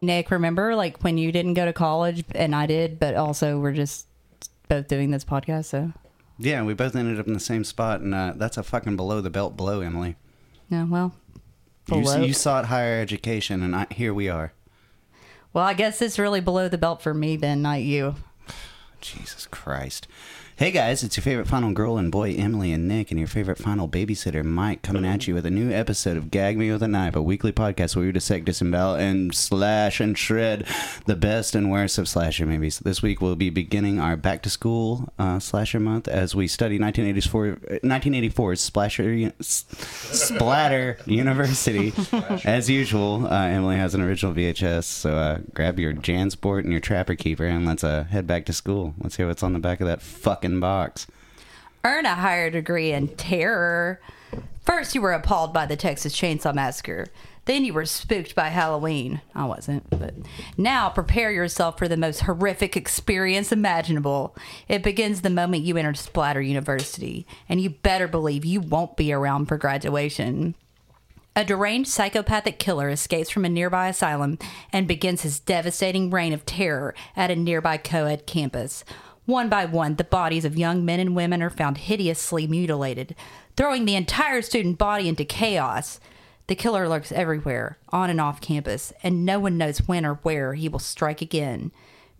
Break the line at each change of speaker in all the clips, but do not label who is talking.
Nick, remember like when you didn't go to college and I did, but also we're just both doing this podcast. So
Yeah, we both ended up in the same spot, and uh, that's a fucking below the belt blow, Emily.
no, well,
You,
Below-
you sought higher education, and I, here we are.
well, I guess it's really below the belt for me then, not you.
Jesus Christ. Hey guys, it's your favorite final girl and boy, Emily and Nick, and your favorite final babysitter, Mike, coming at you with a new episode of Gag Me With a Knife, a weekly podcast where we dissect, disembowel, and slash and shred the best and worst of slasher movies. This week we'll be beginning our back to school uh, slasher month as we study 1984, uh, 1984's Splasher, U- S- Splatter University. as usual, uh, Emily has an original VHS, so uh, grab your Jansport and your Trapper Keeper and let's uh, head back to school. Let's hear what's on the back of that fucking box.
Earn a higher degree in terror. First, you were appalled by the Texas Chainsaw Massacre. Then you were spooked by Halloween. I wasn't, but now prepare yourself for the most horrific experience imaginable. It begins the moment you enter Splatter University, and you better believe you won't be around for graduation. A deranged psychopathic killer escapes from a nearby asylum and begins his devastating reign of terror at a nearby co ed campus. One by one, the bodies of young men and women are found hideously mutilated, throwing the entire student body into chaos. The killer lurks everywhere, on and off campus, and no one knows when or where he will strike again.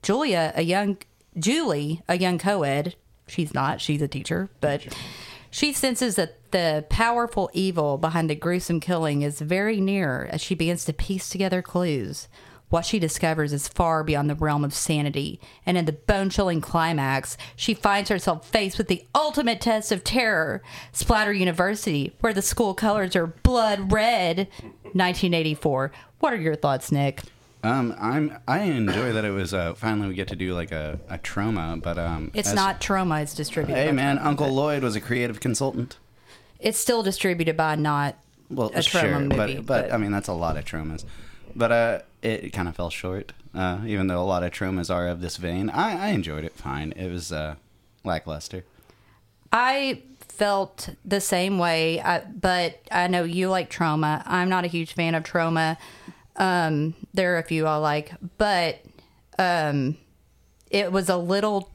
Julia, a young Julie, a young co-ed, she's not, she's a teacher, but she senses that the powerful evil behind the gruesome killing is very near as she begins to piece together clues. What she discovers is far beyond the realm of sanity, and in the bone chilling climax, she finds herself faced with the ultimate test of terror Splatter University, where the school colors are blood red. 1984. What are your thoughts, Nick?
Um, I'm I enjoy that it was uh, finally we get to do like a, a trauma, but um,
It's
as-
not trauma, it's distributed.
Hey
by
man,
trauma,
Uncle
but-
Lloyd was a creative consultant.
It's still distributed by not
Well,
a
sure,
trauma movie.
but, but I mean that's a lot of traumas. But uh, it kind of fell short. Uh, even though a lot of traumas are of this vein, I, I enjoyed it fine. It was uh, lackluster.
I felt the same way, I, but I know you like trauma. I'm not a huge fan of trauma. Um, there are a few I like, but um, it was a little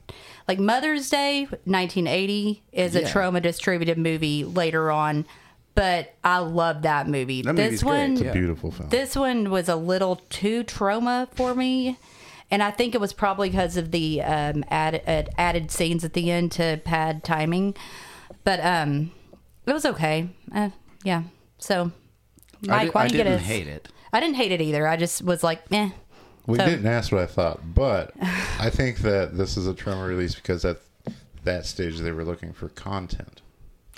like Mother's Day 1980 is a
Yeah.
trauma distributed movie later on, but I love that movie.
That
this
movie's great,
one,
yeah.
Beautiful film.
this one was a little too trauma for me, and I think it was probably because of the um, add, uh, added scenes at the end to pad timing. But um, it was okay. Uh, yeah. So,
I
Mike,
di-
why
I
do you get
didn't
us?
hate it.
I didn't hate it either. I just was like, eh.
We
So-
didn't ask what I thought, but I think that this is a trauma release because at that stage they were looking for content.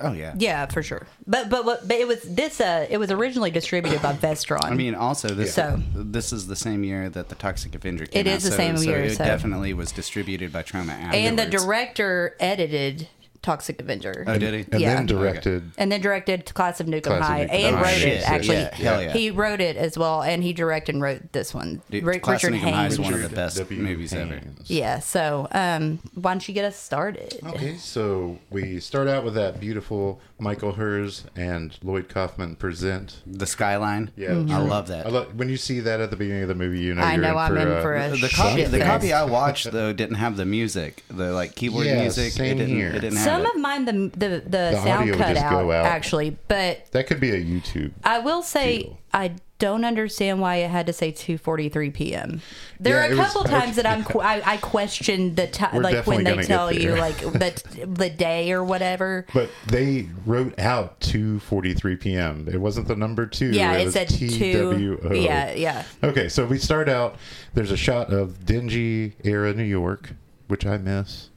Oh yeah.
Yeah, for sure. But but what- but it was this. Uh, it was originally distributed by Vestron.
I mean, also this
So-
this is the same year that the Toxic Avenger came
It
out.
is the same year,
It
so-
definitely was distributed by Trauma.
and the
afterwards.
director edited Toxic Avenger.
Oh, did he?
And
Yeah.
then directed
and then directed Class of Nukem
Class of
High
Nukem
and
High.
wrote
Shit,
it. Actually,
yeah, hell yeah.
he wrote it as well, and he directed and wrote this one.
Dude,
Ri-
Class of
Richard
Nukem High is
Haynes.
one of the
Richard
best
W.
movies ever.
Haynes.
Yeah. So, um, why don't you get us started?
Okay, so we start out with that beautiful Michael Hers and Lloyd Kaufman present.
The skyline.
Yeah,
Mm-hmm.
Mhm.
I love that.
I love, when you see that at the beginning of the movie, you know
I
you're
know I'm in
uh,
for a
the
shit
copy, the
fest.
copy I watched though didn't have the music, the like keyboard
Yeah,
music. it
same
didn't,
here.
It didn't
Some
have
of mine, the the, the, sound
audio would
cut
just
out,
go out.
actually, but
That could be a YouTube.
I will say
Deal.
I don't understand why it had to say 2:43 p.m. There
Yeah,
are
it
a
was-
couple times that I'm qu- I, I question the time,
We're
like when
definitely
they
gonna get
tell you
there.
like the the day or whatever.
But they wrote out 2:43 p.m. It wasn't the number two.
yeah,
it,
it
was
said two.
TWO.
Yeah, yeah.
Okay, so we start out. There's a shot of dingy era New York, which I miss,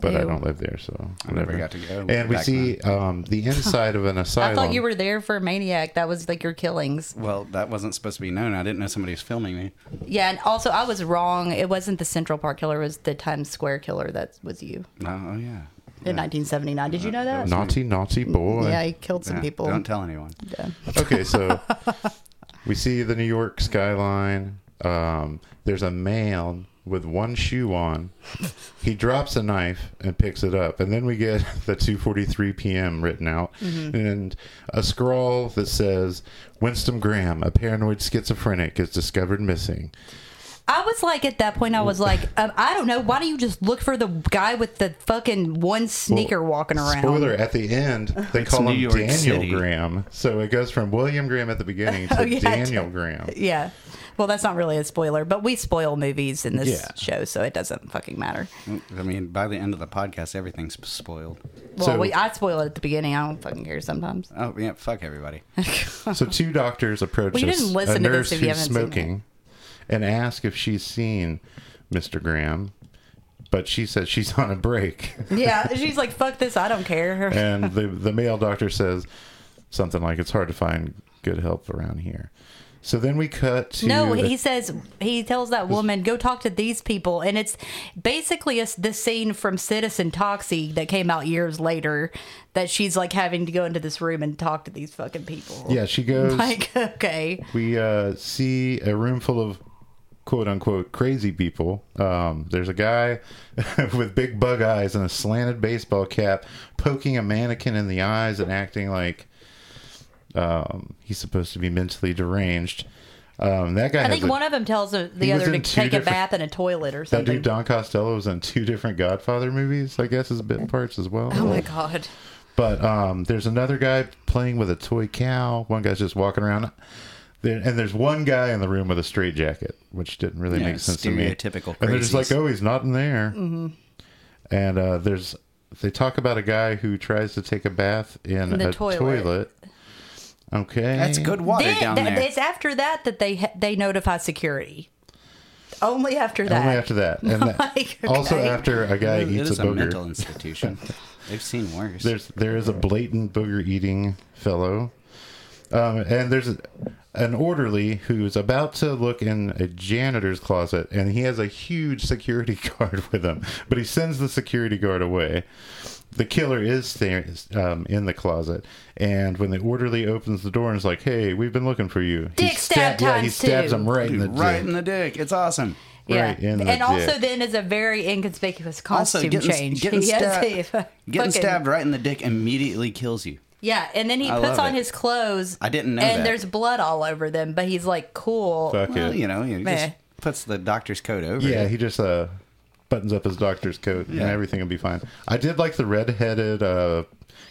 but I
Ew.
don't live there, so
I never
whatever.
got to go
And we
back
see um, the inside of an
I
asylum.
thought you were there for Maniac. That was like your killings.
it. Well, that wasn't supposed to be known. I didn't know somebody was filming me.
Yeah, and also I was wrong. It wasn't the Central Park killer. It was the Times Square killer. That was you
No, oh yeah.
in 1979. Did you know that?
naughty, naughty boy.
Yeah, he killed some
Yeah,
people.
Don't tell anyone.
okay, so we see the New York skyline. Um, there's a man with one shoe on. He drops a knife and picks it up, and then we get the 2:43 p.m. written out
Mm-hmm.
and a scrawl that says, "Winston Graham, a paranoid schizophrenic, is discovered missing."
I was like, at that point, I was like, um, I don't know. Why don't you just look for the guy with the fucking one sneaker
Well,
walking around?
Spoiler: e- At the end, they call
New
him
York
Daniel
City.
Graham. So it goes from William Graham at the beginning to
Oh, yeah.
Daniel Graham.
Yeah. Well, that's not really a spoiler, but we spoil movies in this
Yeah.
show, so it doesn't fucking matter.
I mean, by the end of the podcast, everything's spoiled.
Well,
So-
we, I spoil it at the beginning. I don't fucking care sometimes.
Oh yeah, fuck everybody.
So two doctors approach
Well, you
us,
didn't
a
listen to this
nurse
if you
who's
haven't seen it.
smoking, and ask if she's seen Mr. Graham, but she says she's on a break.
Yeah, she's like, "Fuck this, I don't care."
and the the male doctor says something like, "It's hard to find good help around here." So then we cut to
No,
the-
he says he tells that woman go talk to these people, and it's basically a, the scene from Citizen Toxie that came out years later that she's like having to go into this room and talk to these fucking people.
yeah she goes.
like okay,
we uh, see a room full of quote unquote crazy people. Um, there's a guy with big bug eyes and a slanted baseball cap poking a mannequin in the eyes and acting like um, he's supposed to be mentally deranged. Um, that guy
I
has
think
a-
one of them tells the the
He was
other to
in two
take a
different-
bath in a toilet or
that dude
something.
Don Costello was in two different Godfather movies, I guess, as bit parts as well.
Oh my god.
But um, there's another guy playing with a toy cow. One guy's just walking around. There, and there's one guy in the room with a straight jacket, which didn't really
Yeah,
make sense to me.
stereotypical
And they're just like,
crazies.
oh, he's not in there. Mm-hmm. And uh, there's they talk about a guy who tries to take a bath in,
In the
a
toilet.
toilet. Okay,
That's good water
Then-
down
th-
there.
It's after that that they ha- they notify security. Only after that.
Only after that,
Oh
and that-
Like,
also
okay.
after a guy
It
eats
is
a
a,
booger.
mental institution. They've seen worse.
There's there is a blatant booger eating fellow, um, and there's an orderly who's about to look in a janitor's closet, and he has a huge security guard with him, but he sends the security guard away. The killer is there um, in the closet, and when the orderly opens the door and is like, "Hey, we've been looking for you," he
Dick stab
yeah, he
times
stabs
two.
him right in the
right
dick.
in the dick. It's awesome.
Yeah.
right in the
and also
dick.
then is a very inconspicuous
Also,
costume
getting,
change.
getting,
He has
stabbed,
a fu-
getting
fucking-
stabbed right in the dick immediately kills you.
Yeah, and then he
I
puts
love
on
it.
his clothes.
I didn't know
And
that.
there's blood all over them, but he's like cool.
Fuck it.
Well, you know, he
Meh.
just puts the doctor's coat over.
Yeah,
it.
he just uh, buttons up his doctor's coat
Yeah.
and everything will be fine. I did like the redheaded uh,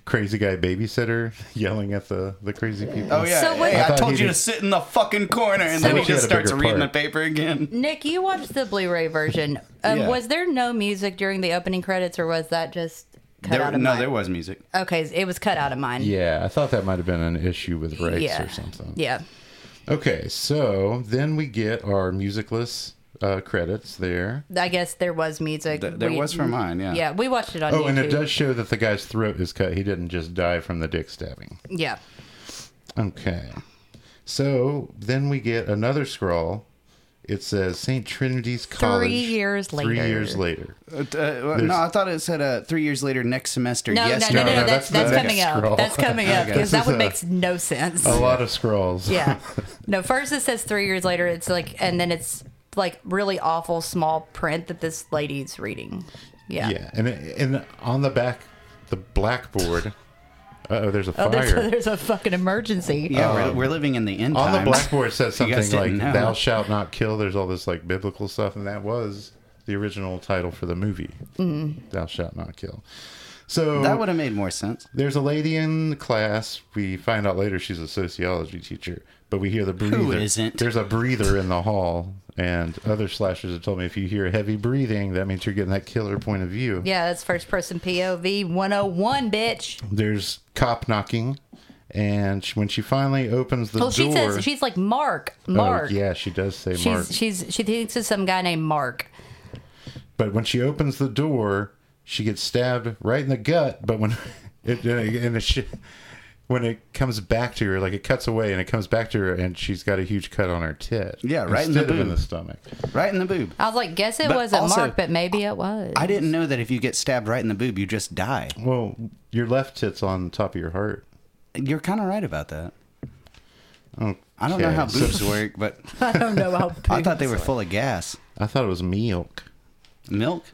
crazy guy babysitter yelling at the, the crazy people.
Oh yeah.
So wait-
hey,
I
I,
thought
told
he
you
did-
to sit in the fucking corner, and
So-
then
I
he
wish he
just
had a bigger
starts reading
part.
the paper again.
Nick, you watched the Blu-ray version. Um,
Yeah.
Was there no music during the opening credits, or was that just cut
There,
out of
no,
mine?
there was music.
Okay, it was cut out of mine.
Yeah, I thought that might have been an issue with rights
yeah.
or something.
Yeah.
Okay, so then we get our musicless uh, credits there.
I guess there was music.
Th- there was for mine, yeah.
Yeah, we watched it on
Oh,
YouTube.
and it does show that the guy's throat is cut. He didn't just die from the dick stabbing.
Yeah.
Okay. So then we get another scroll. It says St. Trinity's College.
years
Three
later.
years later.
Uh, t- uh, well, no, I thought it said uh, three years later, next semester.
No,
yes,
no, no, no,
no,
no, that's,
that's
that's
the
coming
next
up.
scroll.
That's coming up
Okay.
because that
This
one
is a-
makes no sense.
Oh,
A lot of scrolls.
Yeah. No, first it says three years later. It's like, and then it's like really awful small print that this lady's reading. Yeah.
Yeah, and and on the back, the blackboard. Oh, there's a fire.
Oh, there's, there's a fucking emergency.
Yeah, we're, we're living in the end
Oh. on the
times.
blackboard it says
You guys
something like
didn't know.
"Thou shalt not kill." There's all this like biblical stuff, and that was the original title for the movie.
Mm-hmm.
"Thou shalt not kill." So
That would have made more sense.
there's a lady in the class. We find out later she's a sociology teacher, but we hear the breather.
isn't?
There's a breather in the hall, and other slashers have told me if you hear heavy breathing, that means you're getting that killer point of view.
Yeah, that's first person POV 101, bitch.
there's cop knocking, and she, when she finally opens the
Well,
door,
Oh, she says she's like Mark,
Oh,
Mark.
yeah, she does say
She's
Mark.
she's she thinks it's some guy named Mark.
But when she opens the door, she gets stabbed right in the gut. But when it and it, she, when it comes back to her, like it cuts away and it comes back to her, and she's got a huge cut on her tit.
Yeah, right in the
instead of in
boob.
the stomach.
Right in the boob.
I was like, guess it
But
wasn't
also-
Mark, but maybe it was.
I didn't know that if you get stabbed right in the boob, you just die.
Well, your left tit's on top of your heart.
You're kind of right about that.
Oh,
I don't know how boobs work, but
I don't know how.
I thought they were full of gas.
I thought it was milk.
Milk?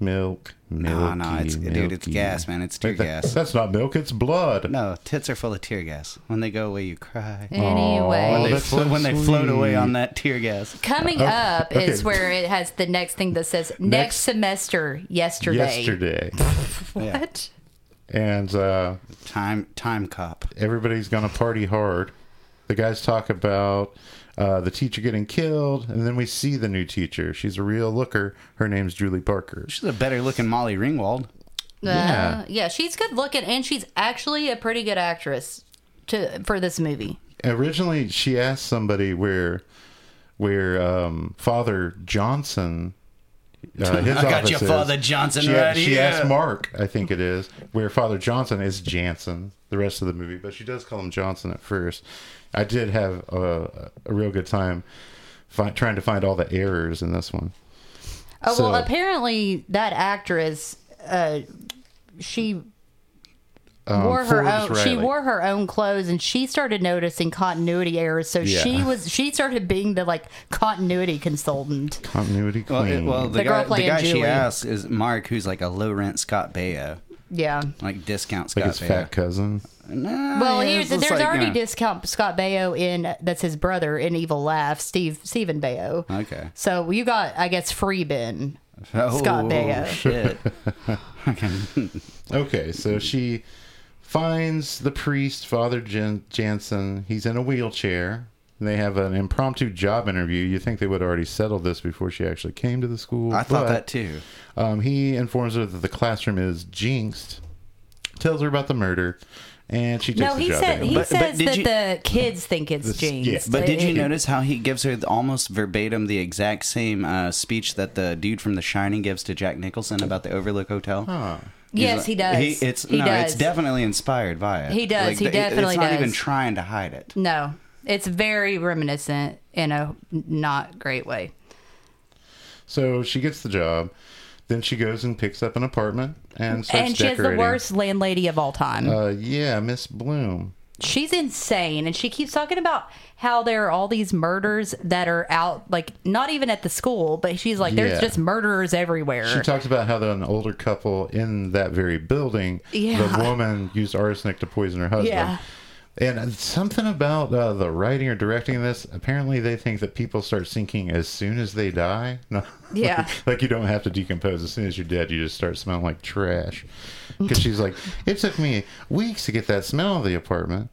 Milk. Milk.
No, no, it's dude, it's gas, man. It's tear gas.
That's not milk. It's blood.
No, tits are full of tear gas. When they go away, you cry.
Oh,
When
Anyway,
they,
that's so
flo- when they float away
sweet.
on that tear gas.
coming up is
okay.
where it has the next thing that says next,
Next-
semester yesterday.
Yesterday,
Yeah.
What?
and uh,
Time, time cop.
everybody's gonna party hard. The guys talk about uh, the teacher getting killed, and then we see the new teacher. She's a real looker. Her name's Julie Parker.
She's a better looking Molly Ringwald.
Yeah. Uh, yeah, she's good looking and she's actually a pretty good actress to for this movie.
Originally, she asked somebody where where um, Father Johnson. Uh, his
I got
office
your
is.
Father Johnson
She,
right
she
here.
asked Mark, I think it is, where Father Johnson is Jansen the rest of the movie, but she does call him Johnson at first. I did have a, a real good time fi- trying to find all the errors in this one.
Oh well,
So-
apparently that actress, uh, she
Um,
wore her
Forbes
own. She
Riley.
wore her own clothes, and she started noticing continuity errors. So
Yeah.
she was she started being the like continuity consultant.
continuity
Well,
queen.
it- well the,
The girl
guy, the
playing
guy she
Julie.
asks is Mark, who's like a low rent Scott Baio,
Yeah.
like discount
like
Scott
his
Baio.
fat cousin.
Nah,
Well,
yeah,
here's
it's just
there's
like,
already
you know.
discount Scott Baio in that's his brother in Evil Laugh, Steve Stephen Baio.
Okay.
So you got I guess free Ben.
Oh,
Scott Baio.
Shit. okay.
Okay, so she finds the priest, Father Jan- Jansen. He's in a wheelchair. They have an impromptu job interview. You think they would already settle this before she actually came to the school?
I thought
but-
that too.
Um, he informs her that the classroom is jinxed, tells her about the murder, and she takes
No,
the
he
job.
said
anyway.
he
But- but
says
did
that
you-
the kids think it's
This-
James.
yeah.
But did you
It-
notice how he gives her the- almost verbatim the exact same uh, speech that the dude from The Shining gives to Jack Nicholson about the Overlook Hotel? He's
Yes,
like-
he does.
it's
He
no,
does.
it's definitely inspired by it.
He does, he
the- it-
definitely
It's not
does.
even trying to hide it.
No, it's very reminiscent in a not great way.
So she gets the job. Then she goes and picks up an apartment and starts
and she has
decorating.
the worst landlady of all time.
Uh, yeah, Miss Bloom.
She's insane, and she keeps talking about how there are all these murders that are out, like not even at the school, but she's like, there's
Yeah.
just murderers everywhere.
She talks about how the, an older couple in that very building,
Yeah.
the woman used arsenic to poison her husband.
Yeah.
And something about uh, the writing or directing this, apparently they think that people start sinking as soon as they die. No,
Yeah.
like, you don't have to decompose. As soon as you're dead, you just start smelling like trash. Because she's like, it took me weeks to get that smell of the apartment.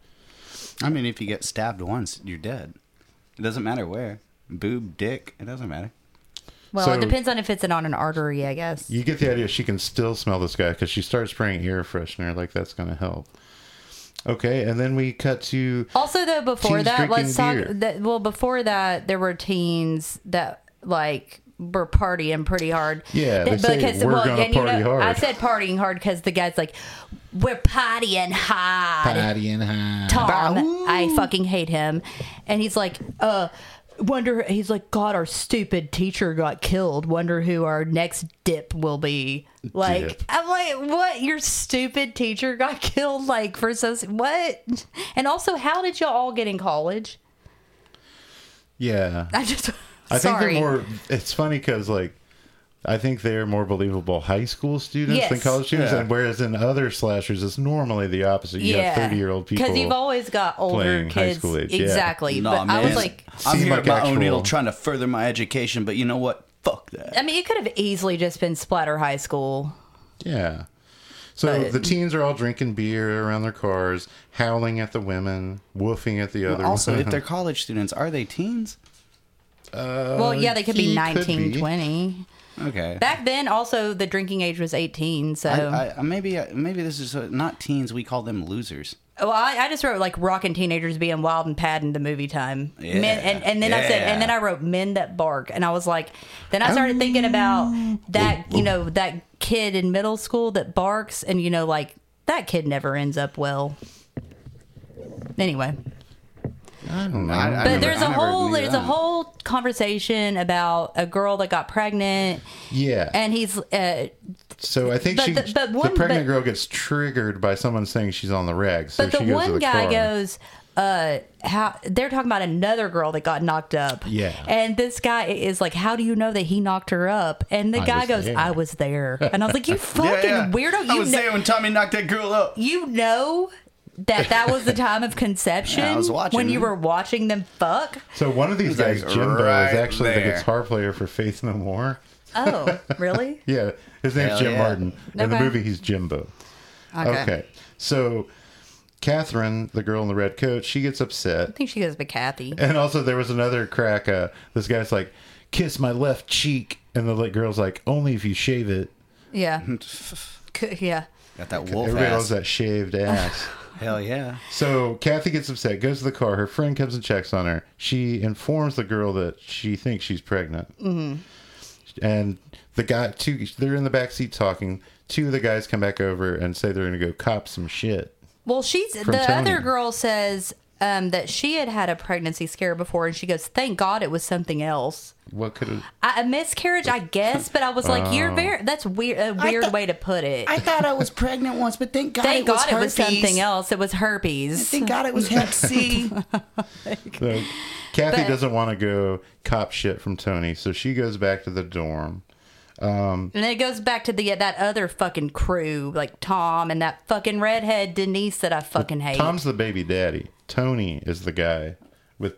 I mean, if you get stabbed once, you're dead. It doesn't matter where. Boob, dick, it doesn't matter.
well, it
so-
depends on if it's on an artery, I guess.
You get the idea she can still smell this guy because she starts spraying air freshener. Like, that's going to help. Okay. And then we cut to
Also, though, before
Teens
that, let's
drinking
talk.
beer.
That, well, before that, there were teens that like were partying pretty hard.
Yeah,
That-
they say, "We're gonna
and you
party hard."
I said partying hard because the guy's like, "We're partying hard."
Patty and Hyde.
Tom, I fucking hate him, and he's like, "Uh." Wonder he's like God. Our stupid teacher got killed. Wonder who our next dip will be. Like
Dip.
I'm like, what? Your stupid teacher got killed. Like for so what? And also, how did y'all all get in college?
Yeah.
I just
I think
sorry.
they're more. It's funny because like. I think they're more believable high school students than
Yes.
college students,
Yeah.
and whereas in other slashers, it's normally the opposite. You have thirty-year-old people.
because you've always got older
playing high
kids.
school age, yeah.
exactly.
Nah,
but I was
man.
like,
I'm
Seems
here
like
about
actual-
O'Neill trying to further my education, but you know what? Fuck that.
I mean, it could have easily just been splatter high school.
yeah. So
But-
the teens are all drinking beer around their cars, howling at the women, woofing at the other.
Also, if
women.
they're college students, are they teens?
well, yeah, they could be
Uh, he could
19,
be.
20.
Okay.
Back then, also the drinking age was eighteen. So,
I, I, maybe maybe this is uh, not teens. We call them losers.
well, Oh, I, I just wrote like rockin' teenagers being wild and padding the movie time.
Yeah.
Men, and, and then I said, and then I wrote men that bark, and I was like, then I started thinking about that, you know, that kid in middle school that barks, and you know, like that kid never ends up well. Anyway,
I don't know.
I- I
but
never-
there's a
never
whole
knew
there's a
that.
whole conversation about a girl that got pregnant,
yeah,
and he's uh,
So I think
But
she,
the- but
the
one-
pregnant
but-
girl gets triggered by someone saying she's on the rag. So
But
she
the
goes to
one
the
guy
car.
goes, uh, how they're talking about another girl that got knocked up.
Yeah.
And this guy is like, How do you know that he knocked her up? And the
I
guy
was
goes,
there.
I was there. And I was like, You fucking weirdo. You
I was
know,
there when Tommy knocked that girl up.
you know that that was the time of conception
Yeah, I was watching.
when you were watching them fuck.
So one of these guys,
like,
Jimbo,
right
is actually the
there.
guitar player for Faith No More.
Oh, really?
Yeah, his name's
Hell
Jim
yeah.
Martin. In the
Okay.
movie, he's Jimbo.
Okay.
okay, so Catherine, the girl in the red coat, she gets upset
I think she goes by Kathy.
And also, there was another crack. Uh, this guy's like, "Kiss my left cheek," and the lit girl's like, "Only if you shave it."
Yeah. C- yeah.
Got that wolf
Everybody loves
ass.
that shaved ass.
Hell yeah.
so Kathy gets upset, goes to the car. Her friend comes and checks on her. She informs the girl that she thinks she's pregnant. Mm-hmm. And the guy, two, they're in the back seat talking. Two of the guys come back over and say they're going to go cop some shit.
Well, she's the
Tony.
other girl says um, that she had had a pregnancy scare before, and she goes, "Thank God it was something else."
What could?
I, a miscarriage, I guess, but I was like, "You're very that's weird, a weird way to put it."
I thought I was pregnant once, but thank God,
Thank
it, was
God it was
herpes.
something else. It was herpes.
Thank God it was Hep C.
So Kathy
But-
doesn't want to go cop shit from Tony, so she goes back to the dorm.
And then it goes back to the that other fucking crew, like Tom and that fucking redhead Denise that I fucking hate.
Tom's the baby daddy. Tony is the guy with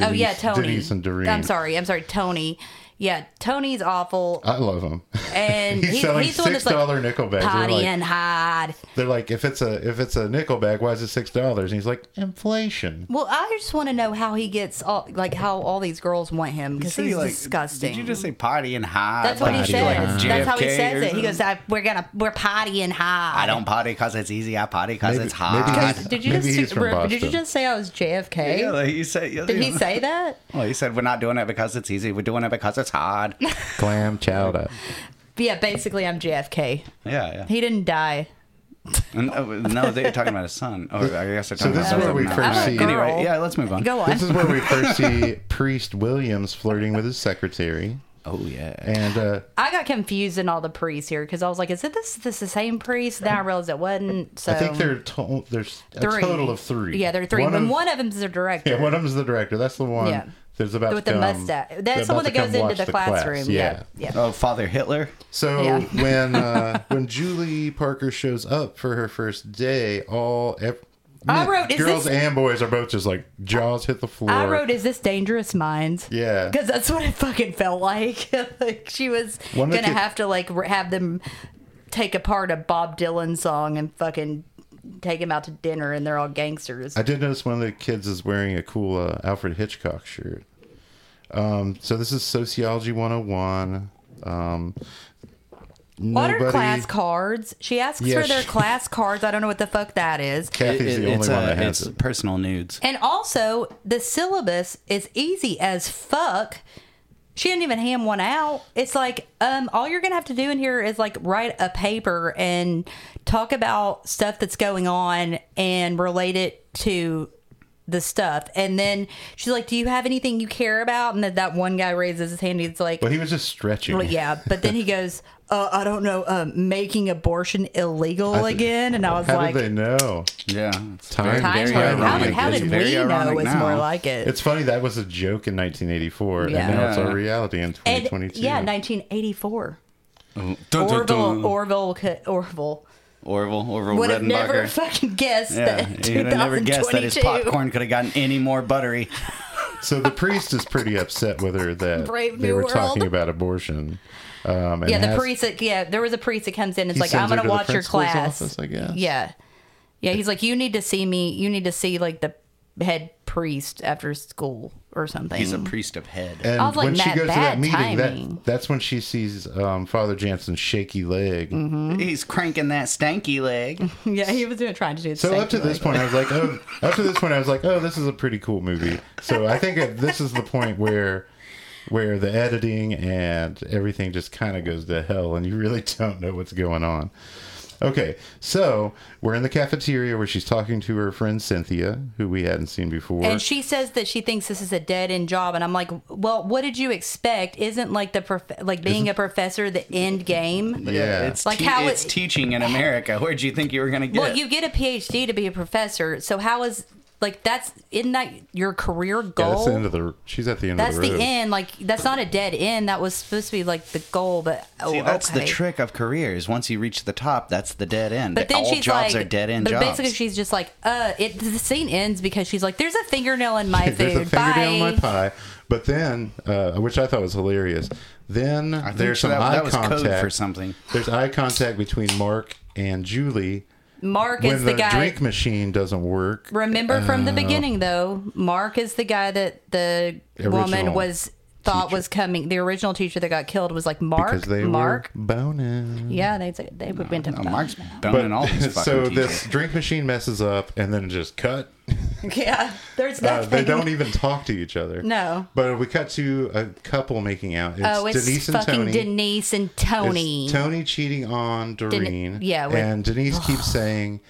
oh
Denise,
yeah, Tony.
Denise and Doreen.
I'm sorry. I'm sorry, Tony. Yeah, Tony's awful,
I love him.
and
he's
he-
selling
he's the one
six
that's like
dollar nickel bags. They're
potty
like,
and hide.
they're like, if it's a if it's a nickel bag, why is it six dollars? And he's like, inflation.
Well, I just want to know how he gets all like how all these girls want him because he's disgusting.
Did you just say potty and high?
That's what he
Like,
says.
like
That's how he
JFK
says
or
it. He goes,
something?
I, "We're gonna we're potty and high."
I don't potty because it's easy. I potty because
Maybe-
it's hot.
maybe he's-
Did you
Maybe he's
just
from
re- did you
Boston.
just say I was JFK?
Yeah, like you said, yeah,
Did he
yeah.
say that?
Well, he said we're not doing it because it's easy. We're doing it because it's hard. yeah,
Glam chowder.
But yeah, basically, I'm JFK.
yeah.
He didn't die.
And, uh, no, they're talking about his son. Oh, I guess they're talking about
this is
his
where
son.
we first
I'm a see- girl.
Anyway, yeah, let's move on.
Go on.
This is where we first see Priest Williams flirting with his secretary,
Oh yeah.
and uh,
I got confused in all the priests here because I was like, "Is it this this the same priest?" Then I realized it wasn't. So
I think there are to- there's a
um, three.
total of three.
Yeah, there are three.
One
when
of-
one of them's the director.
Yeah, one of them's the director. That's the one
Yeah.
that's about
With
to
the
come-
mustache. That's
about
the one
to
that goes
come
into
watch
the classroom. Yeah. Yeah.
Oh, Father Hitler.
So
Yeah.
when uh, when Julie Parker shows up for her first day, all ev-
I wrote, is
girls
this-
and boys are both just like jaws hit the floor.
I wrote, "Is this Dangerous Minds?"
Yeah.
because that's what it fucking felt like. like she was
One of
gonna
the-
have to like r- have them take apart a Bob Dylan song and fucking take him out to dinner, and they're all gangsters.
I did notice one of the kids is wearing a cool uh, Alfred Hitchcock shirt. Um, so this is sociology 101. Um,
What
nobody,
are class cards? She asks
Yeah,
for their
she-
class cards. I don't know what the fuck that is.
Kathy's the only
it's
one
uh,
that has
it's
it.
personal nudes.
And also, the syllabus is easy as fuck. She didn't even hand one out. It's like, um, all you're gonna have to do in here is like write a paper and talk about stuff that's going on and relate it to the stuff. And then she's like, "Do you have anything you care about?" And then that one guy raises his hand. He's like,
But he was just stretching.
well, yeah, but then he goes, uh, "I don't know, um, making abortion illegal
th-
again," and I was
How
like,
did they know?
Yeah, it's
Time-
"Time
Very
how, how
ironic.
did, how
It's
did
very
we know?"
ironic
It's
now.
more like it.
It's funny that was a joke in 1984,
Yeah.
and now it's
Yeah.
our reality in
And-
2022.
yeah, 1984.
Dun, dun, dun.
Orville, Orville, could- Orville
Orville, Orville
would have never
Redenbacher.
fucking guessed
Yeah,
that
you'd have never guessed that his
2022.
popcorn could have gotten any more buttery.
So the priest is pretty upset with her that
Brave
they
New
were
World.
talking about abortion. Um, and
Yeah, the
has-
priest. That, yeah, there was a priest that comes in. and is
he
like,
sends
I'm gonna
her to the
watch your
principal's
class.
office, I guess.
Yeah, yeah. He's like, you need to see me. You need to see like the head priest after school or something.
He's a priest of head.
And
I was like,
when she
Matt,
goes to that
bad
meeting,
timing.
that, that's when she sees um, Father Jansen's shaky leg.
Mm-hmm.
Uh, He's cranking that stanky leg.
yeah, he was doing trying to do the
So
same
up to
thing.
this point, I was like, oh, up to this point, I was like, oh, this is a pretty cool movie. So I think that this is the point where. Where the editing and everything just kind of goes to hell, and you really don't know what's going on. Okay, so we're in the cafeteria where she's talking to her friend Cynthia, who we hadn't seen before.
And she says that she thinks this is a dead end job, and I'm like, well, what did you expect? Isn't like the prof- like being a professor the end game?
Yeah.
it's
Like
te-
how
it's
it-
teaching in America. Where'd you think you were gonna get?
Well, you get a PhD to be a professor, so how is like that's isn't that your career
Yeah,
goal?
that's the end of the. She's at the end
That's
of the road.
the end. Like that's not a dead end. That was supposed to be like the goal, but oh,
See, that's
okay.
the trick of careers. Once you reach the top, that's the dead end.
But then
All
she's
jobs
like,
are dead end
but
jobs.
basically she's just like, uh, it. The scene ends because she's like, "There's a fingernail in my food.
There's a
Bye."
finger down my pie, but then, uh, which I thought was hilarious. Then
I think
there's some
that,
eye
that was
contact
code for something.
There's eye contact between Mark and Julie
Mark
when
is
the,
the guy.
drink machine doesn't work.
Remember from the
Oh.
beginning, though, Mark is the guy that the woman
Original
was thought was coming. The original teacher that got killed was like Mark.
because they
Mark.
were boning.
Yeah, they they would been to
Oh, Mark's
But
boning all these fucking
so
teachers.
this drink machine messes up, and then it just cut.
Yeah, there's
Uh,
nothing.
they don't even talk to each other.
No.
But we cut to a couple making out. It's,
Oh, it's
Denise and
fucking
Tony.
Denise and Tony.
It's Tony cheating on Doreen.
yeah, with-
and Denise keeps saying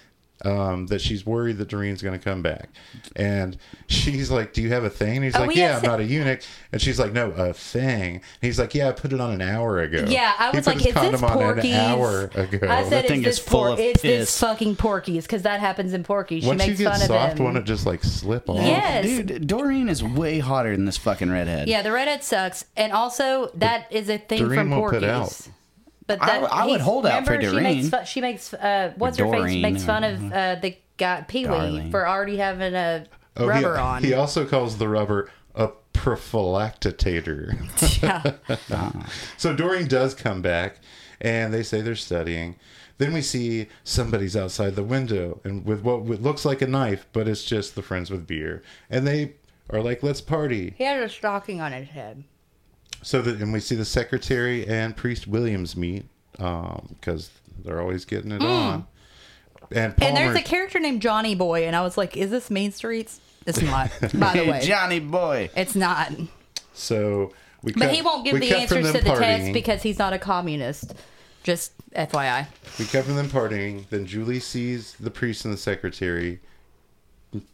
um, that she's worried that Doreen's going to come back, and she's like, "Do you have a thing?" And he's
Oh,
like,
he
"Yeah,
has
I'm not a eunuch." And she's like, "No, a thing." And he's like, "Yeah, I put it on an hour ago."
Yeah, I
He
was
put
like,
his
"Is this
condom on
Porky's?"
an hour ago.
I said,
That thing
"Is this
is full
por-
of
It's this
piss.
fucking Porky's because that happens in Porky. She
Once you
makes
get
fun
soft,
of him.
want to just like slip off?
Yes.
Dude, Doreen is way hotter than this fucking redhead.
Yeah, the redhead sucks, and also that is a thing
Doreen
from
will put
Porky's.
out.
But
I-
that,
I would
he's-
hold out for
remember She makes,
Doreen.
fu- she makes uh, what's her face
Doreen
makes
or- mm-hmm.
fun of uh, the guy Pee Wee
Darling.
for already having a
Oh, he-
rubber on.
He also calls the rubber a prophylactitator.
Yeah. Uh-huh.
So Doreen does come back, and they say they're studying. Then we see somebody's outside the window, and with what what looks like a knife, but it's just the friends with beer, and they are like, "Let's party."
he has a stocking on his head.
So that, and we see the secretary and priest Williams meet, because they're always getting it on. And Palmer,
Mm. And there's a character named Johnny Boy, and I was like, "Is this Main Streets?" It's not. By the
Hey,
way,
Johnny boy.
it's not.
so we.
But
cut-
he won't give
we
the
cut from
answers to
them
the test
partying.
because he's not a communist. Just FYI.
We cut from them partying. Then Julie sees the priest and the secretary.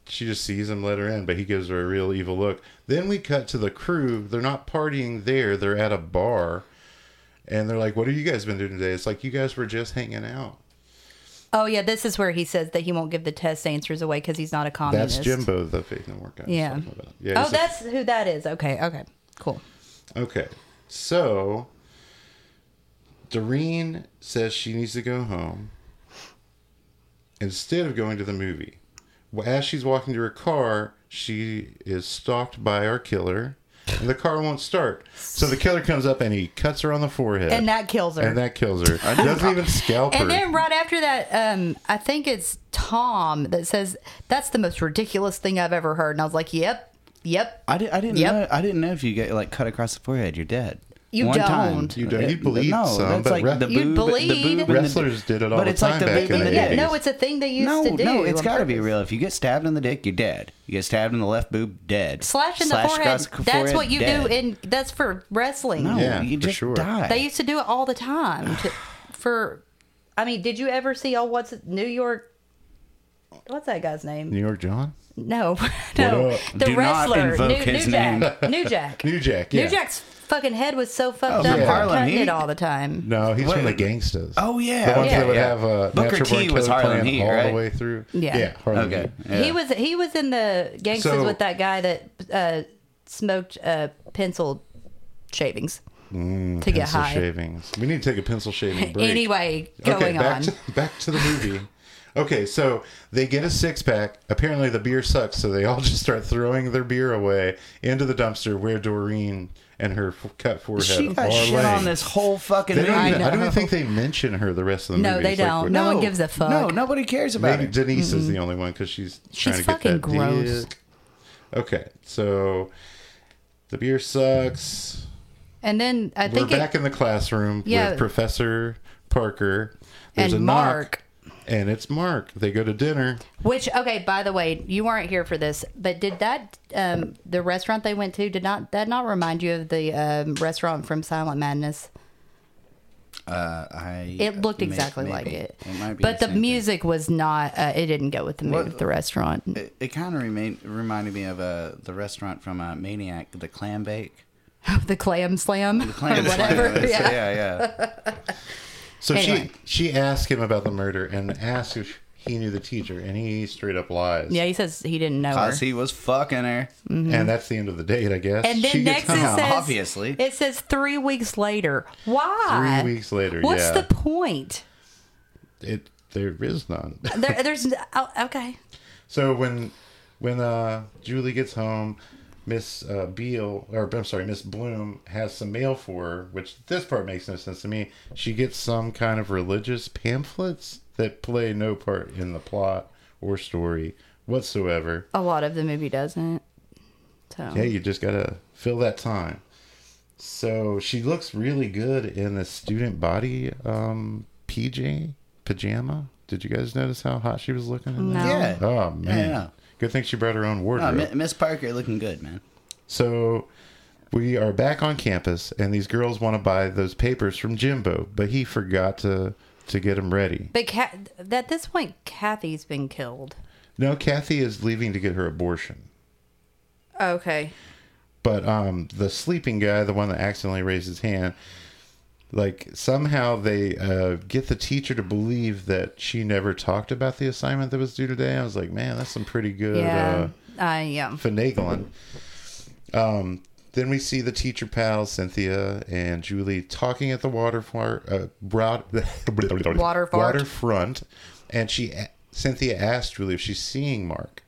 She just sees him let her in, but he gives her a real evil look. Then we cut to the crew. They're not partying there, they're at a bar. And they're like, What have you guys been doing today? It's like, You guys were just hanging out.
Oh yeah, this is where he says that he won't give the test answers away because he's not a communist.
That's Jimbo, the faith and work guy. I was
Yeah.
talking about. yeah
Oh,
he's a-
that's who that is. Okay, okay, cool.
Okay. So Doreen says she needs to go home instead of going to the movie. Well, As she's walking to her car, she is stalked by our killer, and the car won't start. So the killer comes up and he cuts her on the forehead.
And that kills her.
And that kills her. Doesn't even scalp her.
And then right after that, um, I think it's Tom that says that's the most ridiculous thing I've ever heard, and I was like, "Yep, yep."
I, di- I didn't
Yep.
know. I didn't know if you get like cut across the forehead, you're dead.
You
One
don't.
Time.
You don't. You
Uh,
bleed
No,
some,
that's
but
like
rest-
the boob.
You'd
The
bleed.
boob and the-
Wrestlers did it all
but
the
it's
time
like the
back
boob
in
and
the
the
yeah,
dick.
no, it's a thing they used
no,
to do.
no, it's
on
got to be
purpose.
real. If you get stabbed in the dick, you're dead. You get stabbed in the left boob, dead.
Slash in the
Slash
forehead.
across the
That's what
forehead,
you do
dead.
in. That's for wrestling.
No,
Yeah,
you
for
just
sure.
die.
They used to do it all the time. To, for, I mean, did you ever see? Oh, what's it, New York? What's that guy's name?
New York John?
No, no.
up?
The
Do not
wrestler,
invoke
New,
his
New
name.
Jack, New Jack,
New Jack, yeah.
New Jack's fucking head was so fucked
Oh,
up,
from
from
Harlem
cutting
Heat?
it all the time.
No, he's from the
Wait.
gangstas.
Oh, yeah,
the ones
okay,
that would
yeah.
have uh,
Booker
Natural Born
T was
Killer
Harlem
Plan
Heat,
all the
right?
way through.
Yeah.
yeah Harlem
Okay.
Heat.
yeah.
He was he was in the gangsters
So-
with that guy that uh, smoked uh, pencil shavings to get
pencil
high.
shavings. We need to take a pencil shaving break.
Anyway,
okay,
going
back
on.
to back to the movie. Okay, so they get a six pack. Apparently, the beer sucks, so they all just start throwing their beer away into the dumpster where Doreen and her f- cut forehead
She
are
got shit
laying.
on this whole fucking
They don't
movie.
even, I, don't
know.
even think they mention her the rest of the
No,
movie.
they
It's like,
don't.
what-
No one gives a fuck.
No, nobody cares about
Maybe
it.
Denise is the only one because she's
She's
trying to get that
fucking gross.
dick. Okay, so the beer sucks.
And then I
We're
think it,
back in the classroom
Yeah.
with Professor Parker. There's
And
a knock,
Mark.
and it's Mark. They go to dinner.
which okay, by the way, you weren't here for this, but did that um, the restaurant they went to did not that not remind you of the um, restaurant from Silent Madness?
Uh, I
It looked
may-
exactly
maybe.
like it.
might be
but the,
same thing.
music was not. Uh, it didn't go with the mood
Well,
of the restaurant.
It, it kind of remain, reminded me of uh, the restaurant from uh, Maniac, the Clam Bake.
the clam slam
The clam
or whatever.
Slam.
yeah.
yeah, yeah.
So
Anyway.
she she asked him about the murder and asked if he knew the teacher, and he straight up lies.
Yeah, he says he didn't know her.
Cause he was fucking her.
And that's the end of the date, I guess.
And then
She gets
next it
hung.
says
Obviously.
it says three weeks later. Why?
Three weeks later,
What's
yeah.
the point?
it there is none.
There, there's n- oh, okay.
So when when uh, Julie gets home, Miss uh, Beal or I'm sorry, Miss Bloom has some mail for her, which this part makes no sense to me. She gets some kind of religious pamphlets that play no part in the plot or story whatsoever.
A lot of the movie doesn't. So
Hey, you just gotta fill that time. So she looks really good in the student body um, PJ pajama. Did you guys notice how hot she was looking in that?
No.
Yeah.
Oh man,
Yeah.
good thing she brought her own
No,
wardrobe.
Mi- Miss Parker looking good, man.
So we are back on campus, and these girls want to buy those papers from Jimbo, but he forgot to to get them ready.
But Ca- at this point, Kathy's been killed.
No, Kathy is leaving to get her abortion.
Okay.
But um, the sleeping guy, the one that accidentally raised his hand, like somehow they uh, get the teacher to believe that she never talked about the assignment that was due today. I was like, man, that's some pretty good. Uh,
Yeah. I am.
finagling. Um, then we see the teacher pal Cynthia and Julie talking at the waterfront. Uh, broad,
Waterfront.
Waterfront, and she a- Cynthia asked Julie if she's seeing Mark.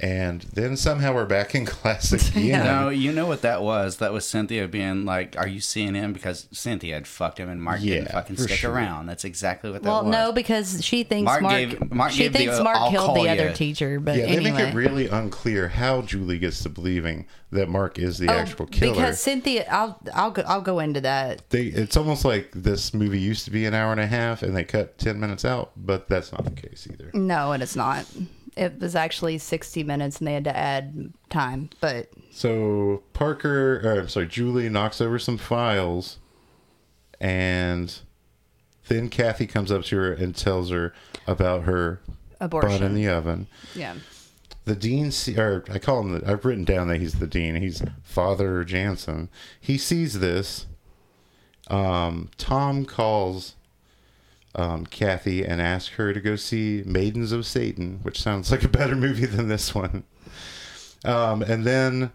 And then somehow we're back in class again.
No, you know what that was? That was Cynthia being like, "Are you seeing him?" Because Cynthia had fucked him, and Mark didn't
Yeah,
fucking
for
stick
sure.
around. That's exactly what that
Well,
was.
no, because she thinks Mark.
Mark gave- Mark
she
gave the,
thinks
uh,
Mark
"I'll
killed
call
the other
you."
teacher. But
Yeah, they
anyway.
make it really unclear how Julie gets to believing that Mark is the
Oh,
actual killer.
Because Cynthia, I'll I'll go, I'll go into that.
they, it's almost like this movie used to be an hour and a half, and they cut ten minutes out, but that's not the case either.
No, and it's not. It was actually sixty minutes, and they had to add time. But
So Parker, or I'm sorry, Julie knocks over some files, and then Kathy comes up to her and tells her about her bun in
Abortion.
the oven.
yeah,
The dean, see, or I call him. The, I've written down that he's the dean. He's Father Jansen. He sees this. Um, Tom calls um, Kathy and asks her to go see Maidens of Satan, which sounds like a better movie than this one. Um, and then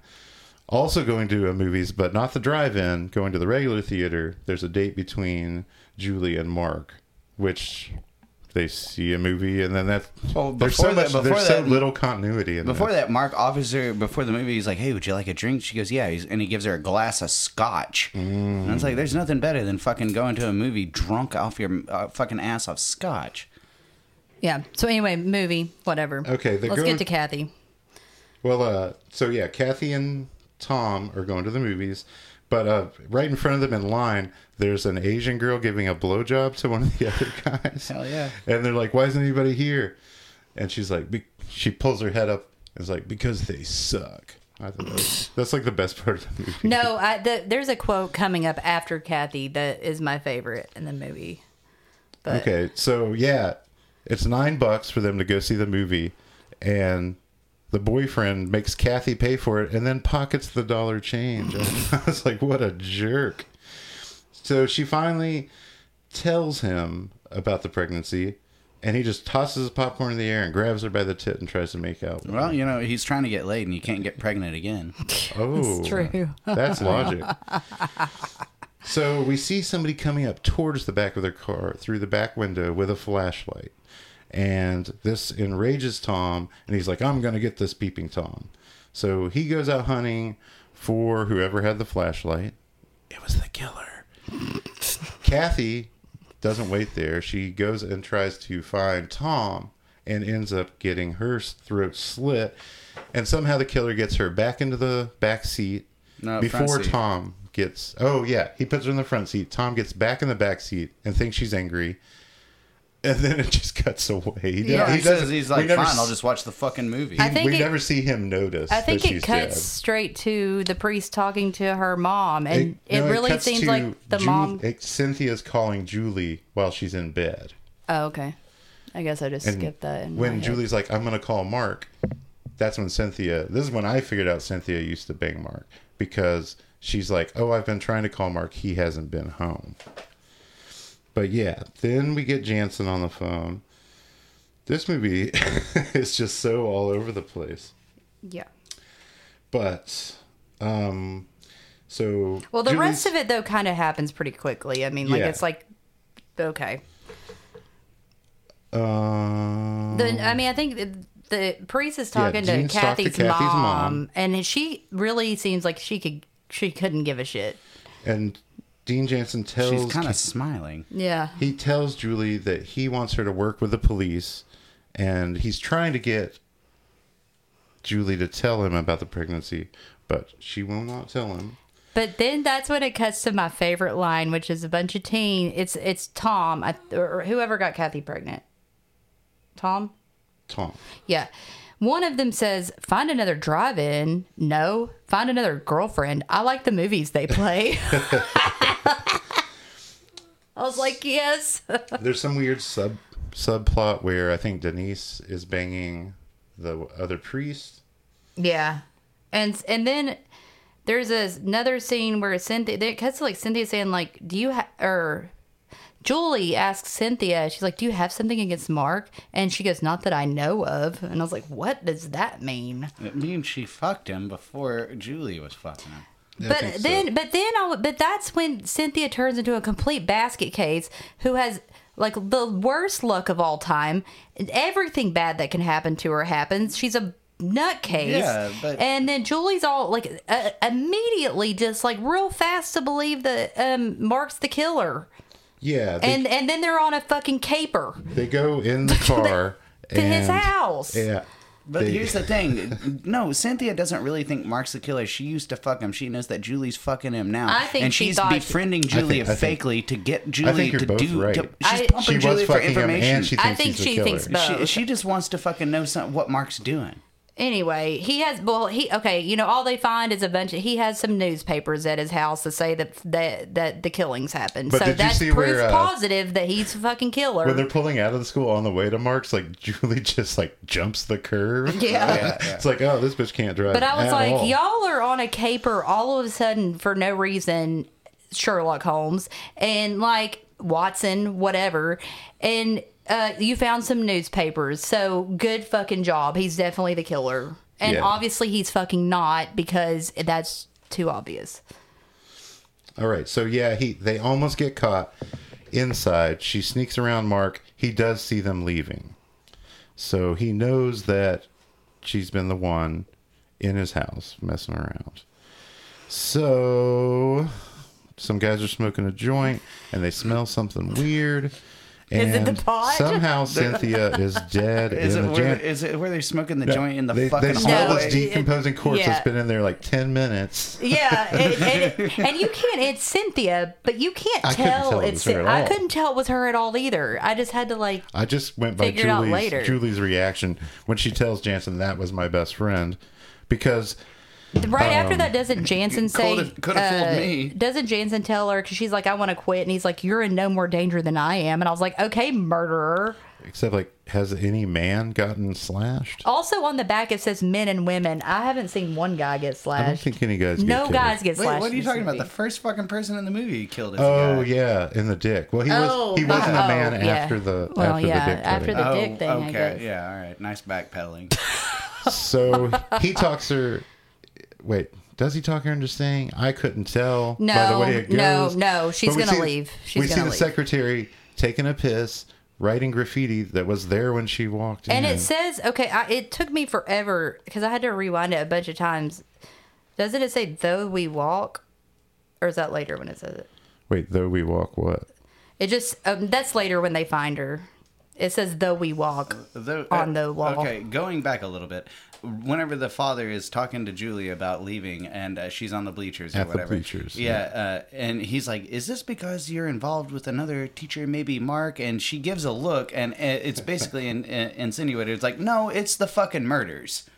also going to a movies, but not the drive-in. Going to the regular theater. There's a date between Julie and Mark, which they see a movie, and then that.
Well,
there's so
before that-
much.
before
There's so
that-
little continuity in
Before
that.
that, Mark Officer, before the movie, he's like, "Hey, would you like a drink?" She goes, "Yeah," he's, and he gives her a glass of scotch. And it's like, there's nothing better than fucking going to a movie drunk off your uh, fucking ass off scotch.
yeah. So anyway, movie, whatever.
Okay, they're
let's
going-
get to Kathy.
Well, uh, so yeah, Kathy and Tom are going to the movies, but uh, right in front of them in line, there's an Asian girl giving a blowjob to one of the other guys.
Hell yeah.
And they're like, "Why isn't anybody here?" And she's like, be- she pulls her head up and is like, "Because they suck." I thought that was- that's like the best part of the movie.
No, I, the, there's a quote coming up after Kathy that is my favorite in the movie. But
Okay, so yeah, it's nine bucks for them to go see the movie, and the boyfriend makes Kathy pay for it and then pockets the dollar change. I was like, what a jerk. So she finally tells him about the pregnancy, and he just tosses his popcorn in the air and grabs her by the tit and tries to make out.
Well, you know, he's trying to get laid, and you can't get pregnant again.
Oh,
It's true.
That's logic. so we see somebody coming up towards the back of their car through the back window with a flashlight. And this enrages Tom, and he's like, I'm going to get this peeping Tom. So he goes out hunting for whoever had the flashlight. It was the killer. Kathy doesn't wait there. She goes and tries to find Tom and ends up getting her throat slit. And somehow the killer gets her back into the back seat
No, front
before
seat.
Tom gets. Oh, yeah. He puts her in the front seat. Tom gets back in the back seat and thinks she's angry and then it just cuts away. He,
Yeah.
He,
He
says
doesn't-
he's
we
like,
never
fine, I'll
s-
just watch the fucking movie.
I think
we
it-
never see him notice.
I think
that
it
she's
cuts
dead.
straight to the priest talking to her mom, and it,
no,
really
cuts
seems
to
like the
Ju-
mom.
it- Cynthia's calling Julie while she's in bed.
oh, okay. I guess I just
And
skipped that. In my
when
head.
Julie's like, I'm going to call Mark, that's when Cynthia, this is when I figured out Cynthia used to bang Mark because she's like, Oh, I've been trying to call Mark. He hasn't been home. But yeah, then we get Jansen on the phone. This movie is just so all over the place.
yeah.
But, um, so.
Well, the rest of it though kind of happens pretty quickly. I mean, like
Yeah.
it's like okay.
it. Um,
The I mean, I think the, the priest is talking to,
Jean's talking
Kathy's
to Kathy's
mom,
mom.
and she really seems like she could she couldn't give a shit.
and Dean Jansen tells.
She's kind of smiling.
Yeah.
he tells Julie that he wants her to work with the police and he's trying to get Julie to tell him about the pregnancy, but she will not tell him.
But then that's when it cuts to my favorite line, which is a bunch of teen. It's it's Tom I, or whoever got Kathy pregnant. Tom.
Tom.
Yeah. One of them says, "Find another drive-in." No, find another girlfriend. I like the movies they play. I was like, "Yes."
There's some weird sub subplot where I think Denise is banging the other priest.
yeah. And and then there's this, another scene where Cynthia it cuts to like Cynthia saying like, "Do you ha-, or Julie asks Cynthia, she's like, "Do you have something against Mark?" And she goes, "Not that I know of." And I was like, "What does that mean?"
It means she fucked him before Julie was fucking him.
I think
But
so.
then, but then, I, w- but that's when Cynthia turns into a complete basket case who has like the worst luck of all time. Everything bad that can happen to her happens. She's a nutcase.
Yeah, but-
and then Julie's all like uh, immediately just like real fast to believe that um, Mark's the killer.
Yeah, they,
And and then they're on a fucking caper.
they go in the car
to his
and-
house.
Yeah.
But
they-
here's the thing. No, Cynthia doesn't really think Mark's the killer. She used to fuck him. She knows that Julie's fucking him now.
I think
and
she
she's
thought-
befriending Julie
I think-
fakely to get
I
Julie
think you're
to
both
do.
right.
To, she's
I-
pumping
She
Julie
was
for
fucking him and she
information.
thinks
I think
he's the
she
killer.
thinks both.
she, she just wants to fucking know some, what Mark's doing.
Anyway, he has well, he okay. You know, all they find is a bunch. Of, he has some newspapers at his house to say that that that the killings happened.
But
so
did you
that's
see
proof
where, uh,
positive that he's a fucking killer.
When they're pulling out of the school on the way to Mark's, like Julie just like jumps the curve.
Yeah.
It's like, oh, this bitch can't drive.
But I was
at
like,
all.
y'all are on a caper all of a sudden for no reason, Sherlock Holmes and like Watson, whatever. And uh, you found some newspapers. So good fucking job. He's definitely the killer. And
Yeah.
obviously he's fucking not because that's too obvious.
All right, so yeah, he they almost get caught inside. She sneaks around Mark. He does see them leaving, so he knows that she's been the one in his house messing around. So some guys are smoking a joint and they smell something weird. And
Is it the pot?
Somehow Cynthia is dead
Is
in
it
the
where?
jan-
Is it where they're smoking the joint in the
they,
fucking
they smell
No,
hallway?
this
it-
decomposing corpse
yeah.
that's been in there like ten minutes.
Yeah, and, and, and you can't. It's Cynthia, but you can't
I couldn't
tell,
tell it
it's.
was her at
I
all.
couldn't tell it was her at all either. I just had to like.
I just went by
Figure it out
Julie's,
later.
Julie's reaction when she tells Jansen that was my best friend because
Right
Um,
after that, doesn't Jansen say? uh,
Coulda- coulda fooled me.
Doesn't Jansen tell her? Because she's like, I want to quit, and he's like, You're in no more danger than I am. And I was like, Okay, murderer.
except like has any man gotten slashed?
Also on the back it says men and women. I haven't seen one guy get
I don't
slashed.
think any guys.
no
get killed.
guys get
Wait,
slashed.
what are
in
you
this
talking about?
movie.
The first fucking person in the movie you killed is a
Oh
guy.
yeah, in the dick. Well, he was
Oh,
he wasn't
wow.
a man
Oh, yeah.
after the
Well,
after
yeah,
the dick.
after
cutting.
the dick thing, I
Oh, okay.
guess.
Yeah, all right. Nice backpedaling.
so he talks her. Wait, does he talk her into staying? I couldn't tell. by the
No,
way it
no,
goes.
no, she's
But we
gonna
see-
leave. She's
we see
gonna
the
leave.
secretary taking a piss, writing graffiti that was there when she walked
And
in.
it says, okay, I, it took me forever because I had to rewind it a bunch of times. Doesn't it say, though we walk? Or is that later when it says it?
Wait, though we walk what?
It just, um, that's later when they find her. It says though we walk.
Though-
on the wall.
uh, Okay, going back a little bit, whenever the father is talking to Julie about leaving, and uh, she's on the bleachers or
At the
whatever.
bleachers,
yeah. Uh, and he's like, "Is this because you're involved with another teacher, maybe Mark?" And she gives a look, and uh, it's basically in, in, insinuated. It's like, "No, it's the fucking murders."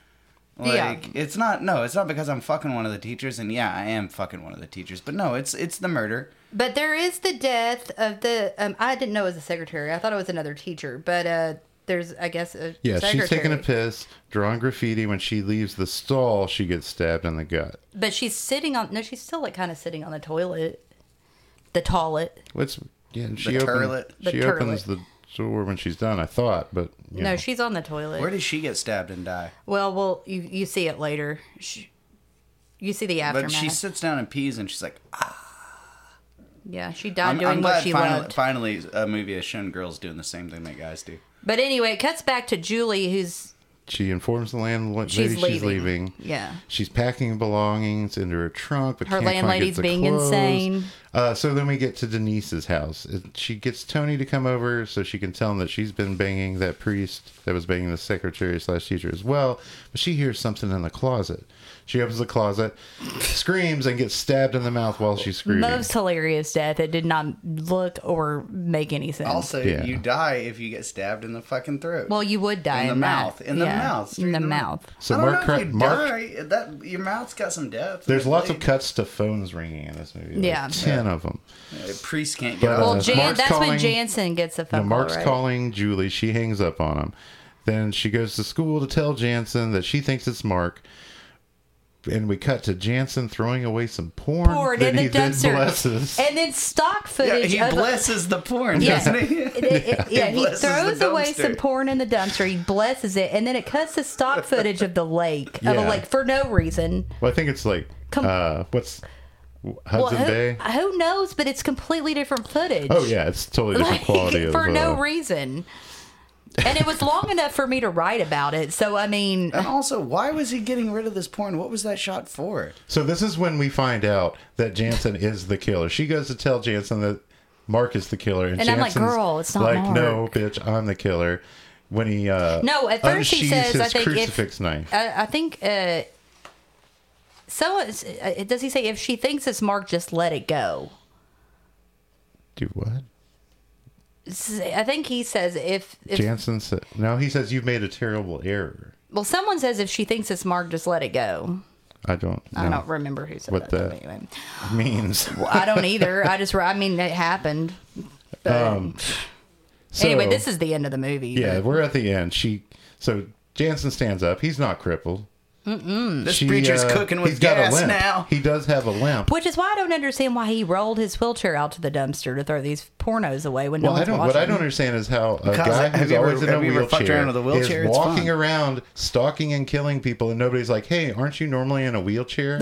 Yeah.
Like it's not no, it's not because I'm fucking one of the teachers, and yeah, I am fucking one of the teachers, but no, it's it's the murder.
But there is the death of the. Um, I didn't know it was a secretary. I thought it was another teacher. But uh, there's, I guess, a
Yeah,
secretary.
she's taking a piss, drawing graffiti. When she leaves the stall, she gets stabbed in the gut.
But she's sitting on. No, she's still like kind of sitting on the toilet, the toilet.
What's yeah? and She
turlet.
opens.
The
She
turlet.
opens the door when she's done. I thought, but you
No,
know.
she's on the toilet.
Where did she get stabbed and die?
well, well, you you see it later. She, you see the
But
aftermath.
she sits down and pees, and she's like,
yeah, she died doing what she
finally,
loved.
finally a movie has shown girls doing the same thing that guys do.
But anyway, it cuts back to Julie, who's
she informs the landlady
She's
she's,
leaving.
leaving.
Yeah.
she's packing belongings into her trunk, but
Her
can't quite get
landlady's
the
being
clothes.
insane.
Uh, so then we get to Denise's house. It- She gets Tony to come over so she can tell him that she's been banging that priest that was banging the secretary slash teacher as well. But she hears something in the closet. She opens the closet, screams, and gets stabbed in the mouth while she's screaming.
most hilarious death. It did not look or make any sense.
Also,
Yeah.
you die if you get stabbed in the fucking throat.
well, you would die
In the
in that.
mouth. In the mouth.
In
Straight
the
in the
mouth.
so
I don't
Mark,
know
Cra-
if you
Mark
die. That your mouth's got some depth.
There's lots of
Like,
cuts to phones ringing in this movie. Like
Yeah.
ten of them.
uh, priests can't get
But,
out.
Well,
Uh,
Jan-
Mark's
that's when
calling-
Jansen gets a phone
Now,
call.
Mark's
right?
calling Julie. She hangs up on him. Then she goes to school to tell Jansen that she thinks it's Mark. And we cut to Jansen throwing away some porn.
Poured
that
in the
he then
dumpster. Eh.
blesses.
And then stock
yeah,
footage
he
of
blesses the porn,
Yeah.
doesn't he?
It- it- it- yeah, he
He blesses the
throws away
dumpster.
some porn in the dumpster. He blesses it, and then it cuts to stock footage of the lake, of a
Yeah.
lake for no reason.
Well, I think it's like
Come-
uh, what's
Well,
Hudson
who,
Bay.
who knows? But it's completely different footage.
Oh yeah, it's totally different
Like,
quality of
for no
uh,
reason. And it was long enough for me to write about it. So I mean,
Uh.
And also, why was he getting rid of this porn? What was that shot for?
So this is when we find out that Jansen is the killer. She goes to tell Jansen that Mark is the killer, and,
And I'm like,
Jansen's
"Girl, it's not
like,
Mark."
no, bitch, I'm the killer. When he uh,
No, at first he
unsheathes
says,
his
I think if-
crucifix knife.
I, I think uh, so. it's- Uh, does he say if she thinks it's Mark, just let it go?
Do what?
S- I think he says if, if
Jansen said, no, he says, you've made a terrible error.
well, someone says if she thinks it's Mark, just let it go.
I don't know
I don't remember who said
What
that.
the-
but Anyway,
what it means.
Well, I don't either. I just I mean it happened. But anyway,
Um, So-
this is the end of the movie.
Yeah, we're at the end. She So Jansen stands up. He's not crippled. uh, Mm-mm. This
preacher's cooking with gas now.
He does have a limp.
Which is why I don't understand why he rolled his wheelchair out to the dumpster to throw these pornos away when
Well,
no
I
one's
don't.
watching.
What I don't understand is how a
Because
guy
have
who's
you ever-
always in a
have you ever fucked
wheelchair,
around with a wheelchair?
is
It's
walking
fun.
around, stalking and killing people, and nobody's like, "Hey, aren't you normally in a wheelchair?"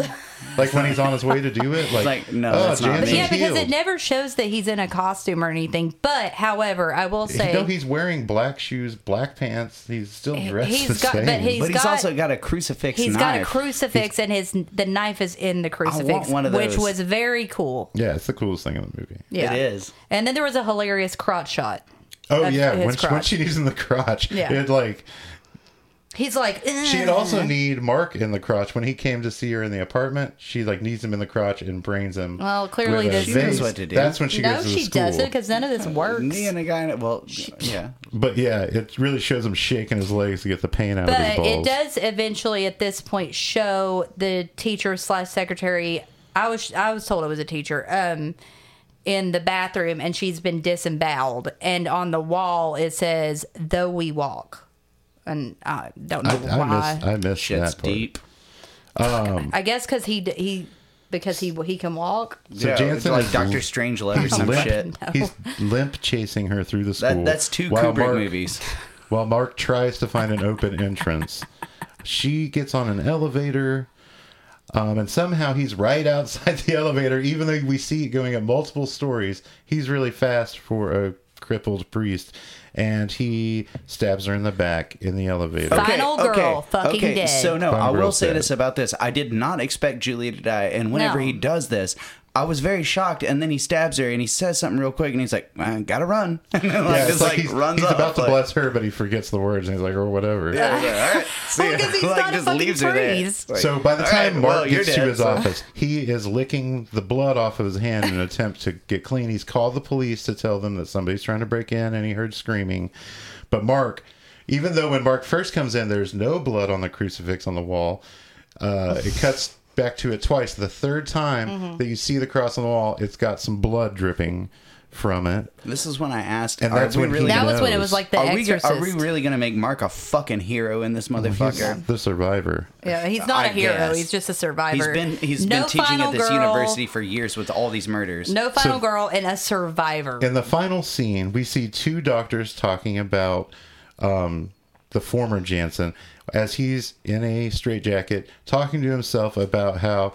like when he's on his way to do it, like,
like, no,
oh,
that's not
Jansen's
But
He's
yeah, because it
healed."
never shows that he's in a costume or anything. But however, I will say
You know, he's wearing black shoes, black pants. He's still dressed
he's
the
got- but
same.
he- He's
but he's
got-
also got a crucifix.
he's
knife.
got a crucifix and his the knife is in the crucifix,
one of
which
those.
was very cool.
yeah, it's the coolest thing in the movie.
Yeah,
It is.
And then there was a hilarious crotch shot.
Oh
That's
yeah,
his
when, she- when
crotch.
she needs in the crotch,
Yeah. Mm-hmm.
it like
He's like,
she'd
"Ugh."
also need Mark in the crotch when he came to see her in the apartment. She like needs him in the crotch and brains him.
Well, clearly
with a
this- She knows
vase.
what to do.
That's when she
no,
goes to the
she
school.
doesn't because none of this works.
Me and a guy. In it, well, yeah.
But yeah, it really shows him shaking his legs to get the pain out of his
But
balls.
it does eventually, at this point, show the teacher slash secretary. I was I was told it was a teacher. Um, in the bathroom, and she's been disemboweled, and on the wall it says "Though we walk," and I don't know
I,
why.
I miss, I miss
Shit's
that part.
deep.
I guess because he d- he because he he can walk.
So
yeah,
Jansen
it's like
is
Doctor
l-
Strangelove or
He's
some
limp,
shit.
he's limp chasing her through the school.
That, that's two
while
Kubrick
Mark-
movies.
While Mark tries to find an open entrance, she gets on an elevator. Um, and somehow he's right outside the elevator, even though we see it going at multiple stories. He's really fast for a crippled priest, and he stabs her in the back in the elevator.
Fuck. Final girl fucking
okay.
dead.
So no,
Final
I will
girl
say
dead.
this about this: I did not expect Julia to die, and whenever
No.
he does this, I was very shocked, and then he stabs her, and he says something real quick, and he's like, "I gotta run," and then like,
Yeah,
just, like,
he's,
runs
he's
off,
about to
like-
bless her, but he forgets the words, and he's like, or whatever.
Yeah, he's like, all right, see ya."
Well, 'cause he's
like,
not a
just
fucking
leaves her there.
priest.
Like,
So by the
"All
time
right,
Mark
well, you're
gets to
dead,
his
so-
office, he is licking the blood off of his hand in an attempt to get clean. He's called the police to tell them that somebody's trying to break in and he heard screaming. But Mark, even though when Mark first comes in, there's no blood on the crucifix on the wall, uh, it cuts back to it twice. The third time
Mm-hmm.
that you see the cross on the wall, it's got some blood dripping from it.
This is when I asked,
And
"Are
that's
we
when he
really
That
gonna-
was when it was
knows.
like the
are we,
Exorcist.
are we really gonna make Mark a fucking hero in this
He's
motherfucker?"
the survivor.
yeah, he's not a
I
hero.
guess.
He's just a survivor.
He's been he's
No
been teaching
final
at this
girl,
university for years with all these murders.
No final
So-
girl and a survivor.
In the final scene, we see two doctors talking about um, the former Jansen as he's in a straitjacket talking to himself about how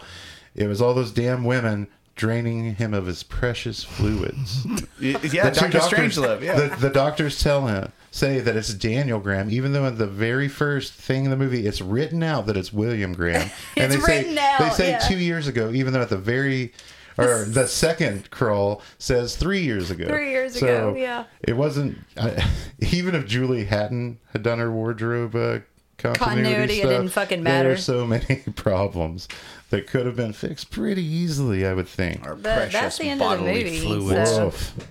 it was all those damn women draining him of his precious fluids.
Y- yeah,
two
Doctor Strangelove. Yeah,
The, the doctors tell him say that it's Daniel Graham, even though at the very first thing in the movie it's written out that it's William Graham.
It's
they say
written out,
they say
yeah.
two years ago, even though at the very or the second crawl says three years ago.
Three years
So
ago, yeah.
It wasn't I, even if Julie Hatton had done her wardrobe uh, continuity,
Continuity, it
stuff,
didn't fucking
There
matter.
are so many problems that could have been fixed pretty easily, I would think.
Our
that's
precious
the end of the
bodily
movie,
fluids.
so-
Woof.
Um,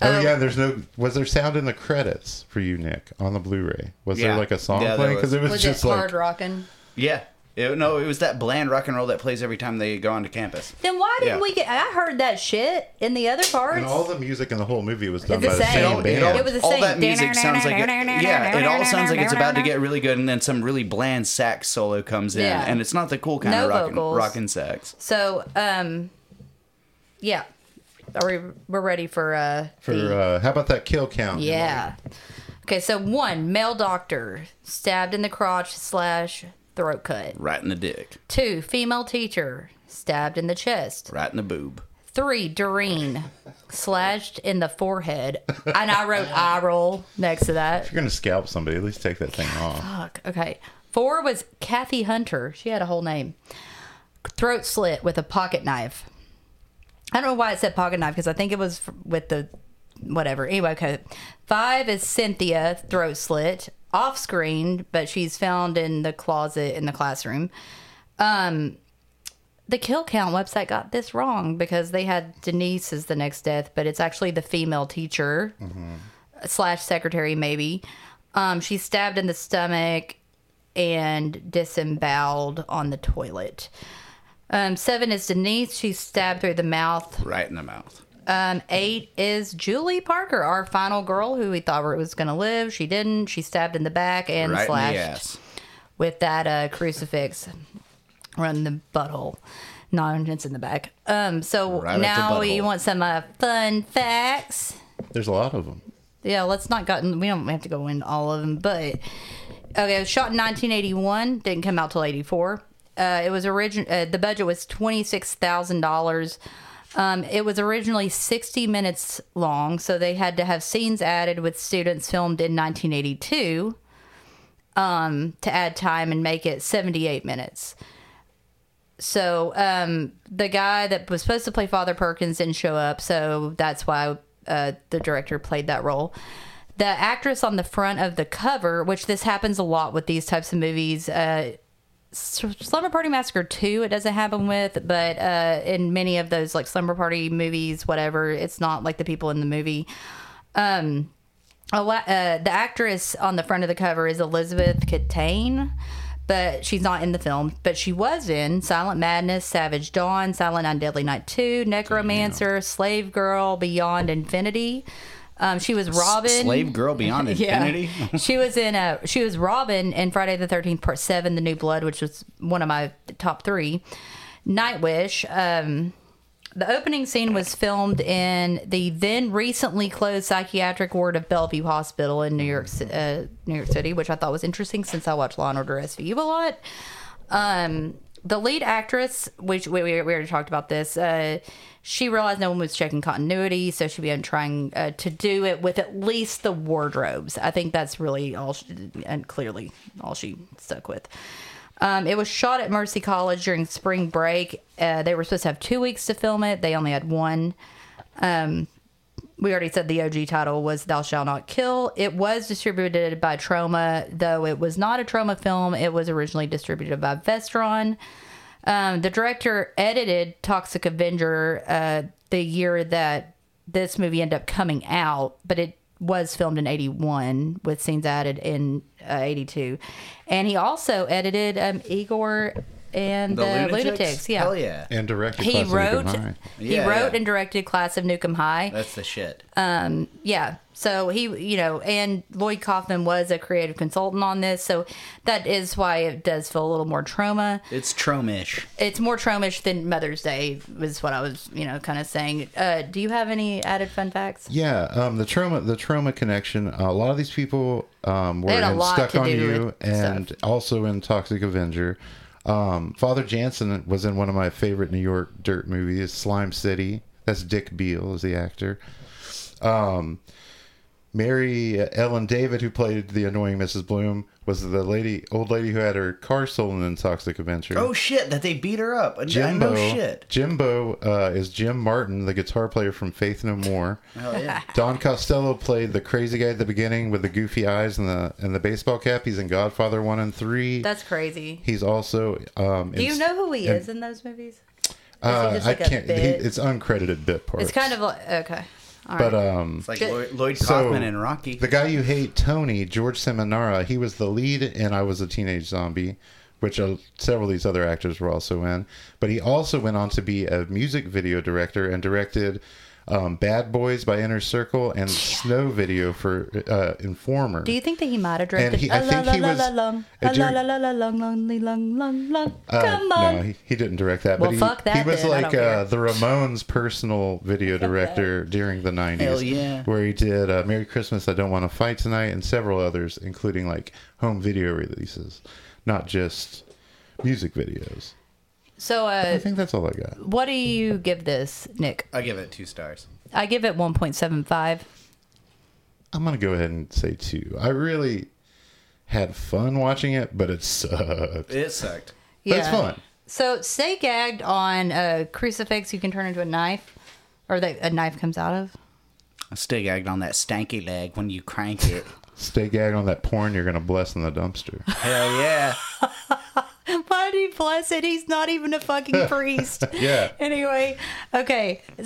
Oh yeah, there's no. Was there sound in the credits for you, Nick, on the Blu-ray? Was
Yeah.
there like a song
Yeah, there
playing? Because it was,
was
just
it
like
hard rocking?
Yeah. It- no, it was that bland rock and roll that plays every time they go onto campus.
Then why didn't
Yeah.
we get? I heard that shit in the other parts.
and all the music in the whole movie was done
It's the
by the
same.
same
It
band.
was the
all
same.
that music sounds like it, yeah, it all sounds like it's about to get really good, and then some really bland sax solo comes in,
Yeah.
and it's not the cool kind
No
of rock and,
vocals.
rock and sax.
So, um, yeah, are we we're ready for uh
for
the-
uh, how about that kill count?
yeah. Okay, so one male doctor stabbed in the crotch slash throat cut.
Right in the dick,
Two female teacher stabbed in the chest.
right in the boob.
Three Doreen slashed in the forehead, and I wrote eye roll next to that.
If you're gonna scalp somebody, at least take that thing off.
Fuck. Okay. Four was Kathy Hunter. She had a whole name. Throat slit with a pocket knife. I don't know why it said pocket knife because I think it was f- with the whatever. Anyway, okay. Five is Cynthia throat slit off screen, but she's found in the closet in the classroom. Um, the kill count website got this wrong because they had Denise as the next death, but it's actually the female teacher slash secretary maybe. Um, she's stabbed in the stomach and disemboweled on the toilet. Um, seven is Denise. She's stabbed through the mouth.
Right in the mouth.
Um, eight is Julie Parker, our final girl who we thought was going to live. She didn't. She stabbed in the back and
Right in the
slashed
ass.
with that uh, crucifix run the butthole. No, it's in the back. Um, so
Right at the
now we
butthole.
want some uh, fun facts.
There's a lot of them.
Yeah, let's not gotten. We don't have to go into all of them, but okay. It was shot in 1981. Didn't come out till 84. Uh, it was origin. Uh, the budget was twenty six thousand dollars. Um, it was originally 60 minutes long, so they had to have scenes added with students filmed in 1982 um, to add time and make it 78 minutes. So um, the guy that was supposed to play Father Perkins didn't show up, so that's why uh, the director played that role. The actress on the front of the cover, which this happens a lot with these types of movies, uh, S- Slumber Party Massacre 2, it doesn't happen with, but uh, in many of those like Slumber Party movies, whatever, it's not like the people in the movie. Um, a wa- uh, the actress on the front of the cover is Elizabeth Catane, but she's not in the film. But she was in Silent Madness, Savage Dawn, Silent on Deadly Night 2, Necromancer, Slave Girl, Beyond Infinity. Um, she was Robin.
Slave girl beyond infinity.
she was in a she was Robin in Friday the Thirteenth Part Seven, The New Blood, which was one of my top three. Nightwish. Um, the opening scene was filmed in the then recently closed psychiatric ward of Bellevue Hospital in New York, Ci- uh, New York City, which I thought was interesting since I watch Law and Order SVU a lot. Um, the lead actress, which we, we, we already talked about this, uh, she realized no one was checking continuity, so she began trying uh, to do it with at least the wardrobes. I think that's really all, she, and clearly all she stuck with. Um, it was shot at Mercy College during spring break. Uh, they were supposed to have two weeks to film it. They only had one. Um, we already said the OG title was Thou Shall Not Kill. It was distributed by Trauma, though it was not a Trauma film. It was originally distributed by Vestron. Um, the director edited Toxic Avenger uh, the year that this movie ended up coming out, but it was filmed in 81 with scenes added in uh, 82. And he also edited um, Igor and the, Lunatics. Yeah
Hell yeah.
and directed.
he
Class of
wrote
Nukem High.
he
Yeah,
wrote
yeah.
and directed class of Nukem High.
That's the shit.
Uh, yeah. So he, you know, and Lloyd Kaufman was a creative consultant on this, so that is why it does feel a little more trauma.
it's Tromish.
It's more traumish than Mother's Day, was what I was, you know, kind of saying. Uh, do you have any added fun facts?
Yeah, um, the trauma, the trauma connection. A lot of these people um, were
They had a
in
lot
stuck
to
on
do
you,
with
and also in Toxic Avenger. Um, Father Jansen was in one of my favorite New York dirt movies, Slime City. That's Dick Beale is the actor. Um, Mary uh, Ellen David, who played the annoying Mrs. Bloom, was the lady, old lady who had her car stolen in Toxic Avenger.
Oh shit, that they beat her up. I- I
Jimbo,
know shit.
Jimbo uh, is Jim Martin, the guitar player from Faith No More.
Hell yeah.
Don Costello played the crazy guy at the beginning with the goofy eyes and the and the baseball cap. He's in Godfather one and three.
That's crazy.
He's also. Um,
Do you know who he is in those movies? Is he just like
Uh, I
a
can't. He,
bit-
it's uncredited bit parts.
it's kind of like okay, all right.
But um,
It's like
Good.
Lloyd, Lloyd
So-
Kaufman and Rocky.
the guy you hate, Tony George Seminara. He was the lead in I Was a Teenage Zombie, which uh, several of these other actors were also in. But he also went on to be a music video director and directed. Um, Bad Boys by Inner Circle and Snow Video for uh, Informer.
do you think that he might have directed?
And he- I
"Ah, la,
think
la,
he
la,
was-
la, lung,
uh,
ah, la,
during-
la, la, la, lung, lung, lee, lung, lung, lung.
Uh,
Come on.
No, he, he didn't direct that.
Well,
but he,
fuck that
he was
then, I
like
don't
uh,
care.
the Ramones' personal video director during the '90s.
Hell yeah.
Where he did uh, "Merry Christmas, I Don't Want to Fight Tonight" and several others, including like home video releases, not just music videos.
So, uh,
I think that's all I got.
what do you give this, Nick?
I give it two stars.
I give it 1.75.
I'm gonna go ahead and say two. I really had fun watching it, but it sucked.
It sucked.
Yeah.
But it's fun.
So, stay gagged on a crucifix you can turn into a knife, or that a knife comes out of.
I still gagged on that stanky leg when you crank it.
Stay gagged on that porn you're gonna bless in the dumpster.
Hell yeah.
Why do you bless it? He's not even a fucking priest.
Yeah.
Anyway, okay.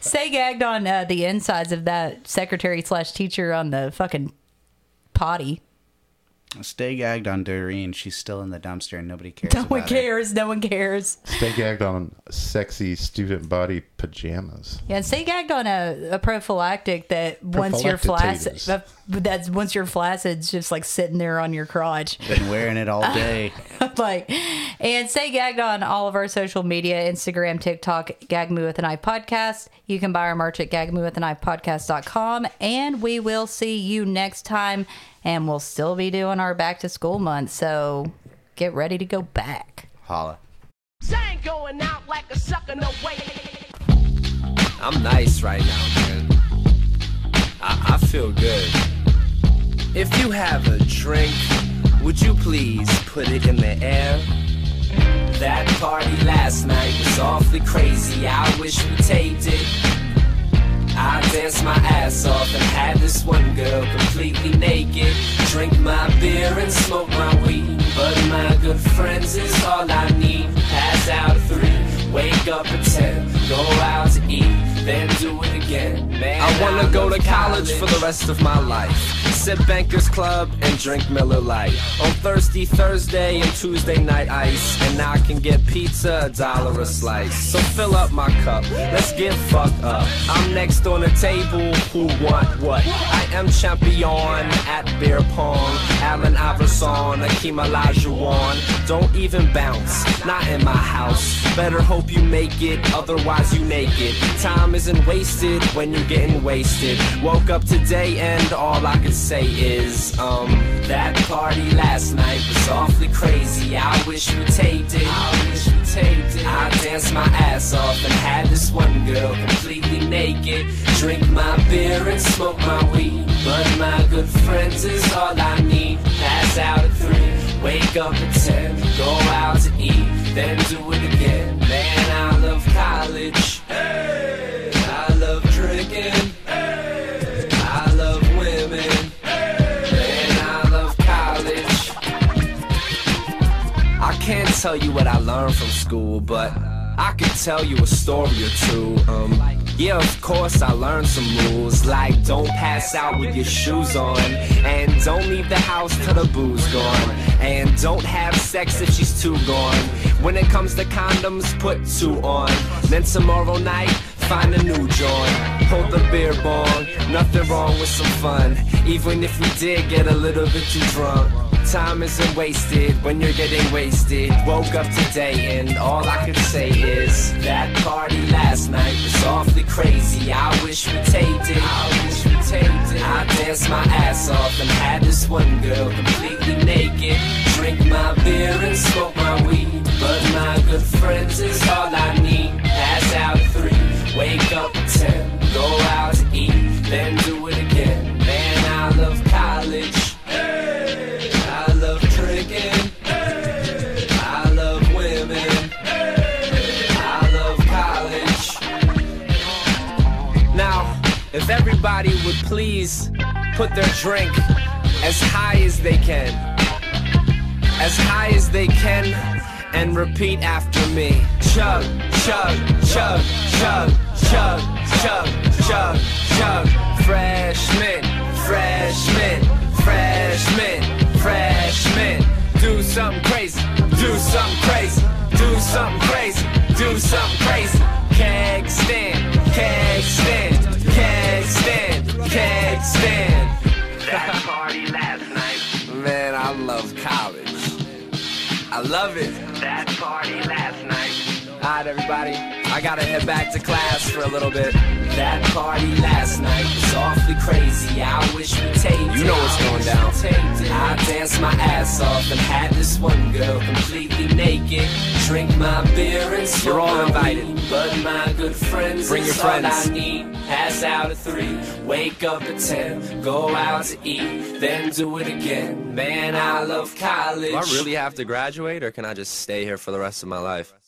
Stay gagged on uh, the insides of that secretary slash teacher on the fucking potty.
I still gagged on Doreen. She's still in the dumpster and nobody cares.
No one
about her.
cares. No one cares.
Stay gagged on sexy student body pajamas.
Yeah, and stay gagged on a, a prophylactic that once you're flaccid,
Prophylactitatus.
that- that's once you're flaccid, it's just like sitting there on your crotch,
Been wearing it all day.
like. And stay gagged on all of our social media: Instagram, TikTok, Gag Me with an Eye podcast. You can buy our merch at gagmewithaneyepodcast.com. And we will see you next time. And we'll still be doing our back to school month, so get ready to go back.
Holla.
Sang going out like a sucker, no way.
I'm nice right now, man. I, I feel good. If you have a drink, would you please put it in the air? That party last night was awfully crazy. I wish we taped it. I danced my ass off and had this one girl completely naked. Drink my beer and smoke my weed. But my good friends is all I need. Pass out at three, wake up at ten, go out to eat, then do it again. Man,
I wanna go to
love
college for the rest of my life. Sit Bankers Club and drink Miller Lite. On Thursday, Thursday, and Tuesday night ice. And I can get pizza, a dollar a slice. So fill up my cup, let's get fucked up. I'm next on the table, who want what? I am champion at beer pong. Alan Iverson, Akeem Olajuwon. Don't even bounce, not in my house. Better hope you make it, otherwise you naked. Time isn't wasted when you're getting wasted. Woke up today and all I could say is, um,
That party last night was awfully crazy. I wish we taped it. I wish we taped it. I danced my ass off and had this one girl completely naked. Drink my beer and smoke my weed. But my good friends is all I need. Pass out at three, wake
up at 10, go out to eat, then do it again. Man, I love college. Hey! I love drinking. Hey! I love women. Hey! Man, I love college. I can't tell you what I learned from school, but I can tell you a story or two. Um, yeah, of course I learned some rules, like don't pass out with your shoes on, and don't leave the house till the booze gone, and don't have sex if she's too gone. When it comes to condoms, put two on. Then tomorrow night, Find a new joint, hold the beer bong. Nothing wrong with some fun, even if we did get a little bit too drunk. Time isn't wasted when you're getting wasted. Woke up today and all I could say is that party last night was awfully crazy. I wish we taped it. I wish we taped it. I danced my ass off and had this one girl completely naked. Drink my beer and smoke my weed, but my good friends is all I need. Pass out three. Wake up at 10, go out to eat, then do it again. Man, I love college. Hey! I love drinking. Hey! I love women. Hey! I love college. Now, if everybody would please put their drink as high as they can, as high as they can, and repeat after me. Chug, chug, chug, chug, chug, chug, chug, chug. Freshman, freshman, freshman, freshman. Do something crazy, do something crazy, do something crazy, do something crazy. Keg stand, keg stand, keg stand, keg stand. That party last night. Man, I love college. I love it. That party last night. Alright, everybody. I gotta head back to class for a little bit. That party last night was awfully crazy. I wish we taped You know what's going down. I danced my ass off and had this one girl completely naked. Drink my beer and smoke You're all invited. But my good friends Bring your friends. I need. Pass out at three. Wake up at ten. Go out to eat. Then do it again. Man, I love college.
Do I really have to graduate, or can I just stay here for the rest of my life?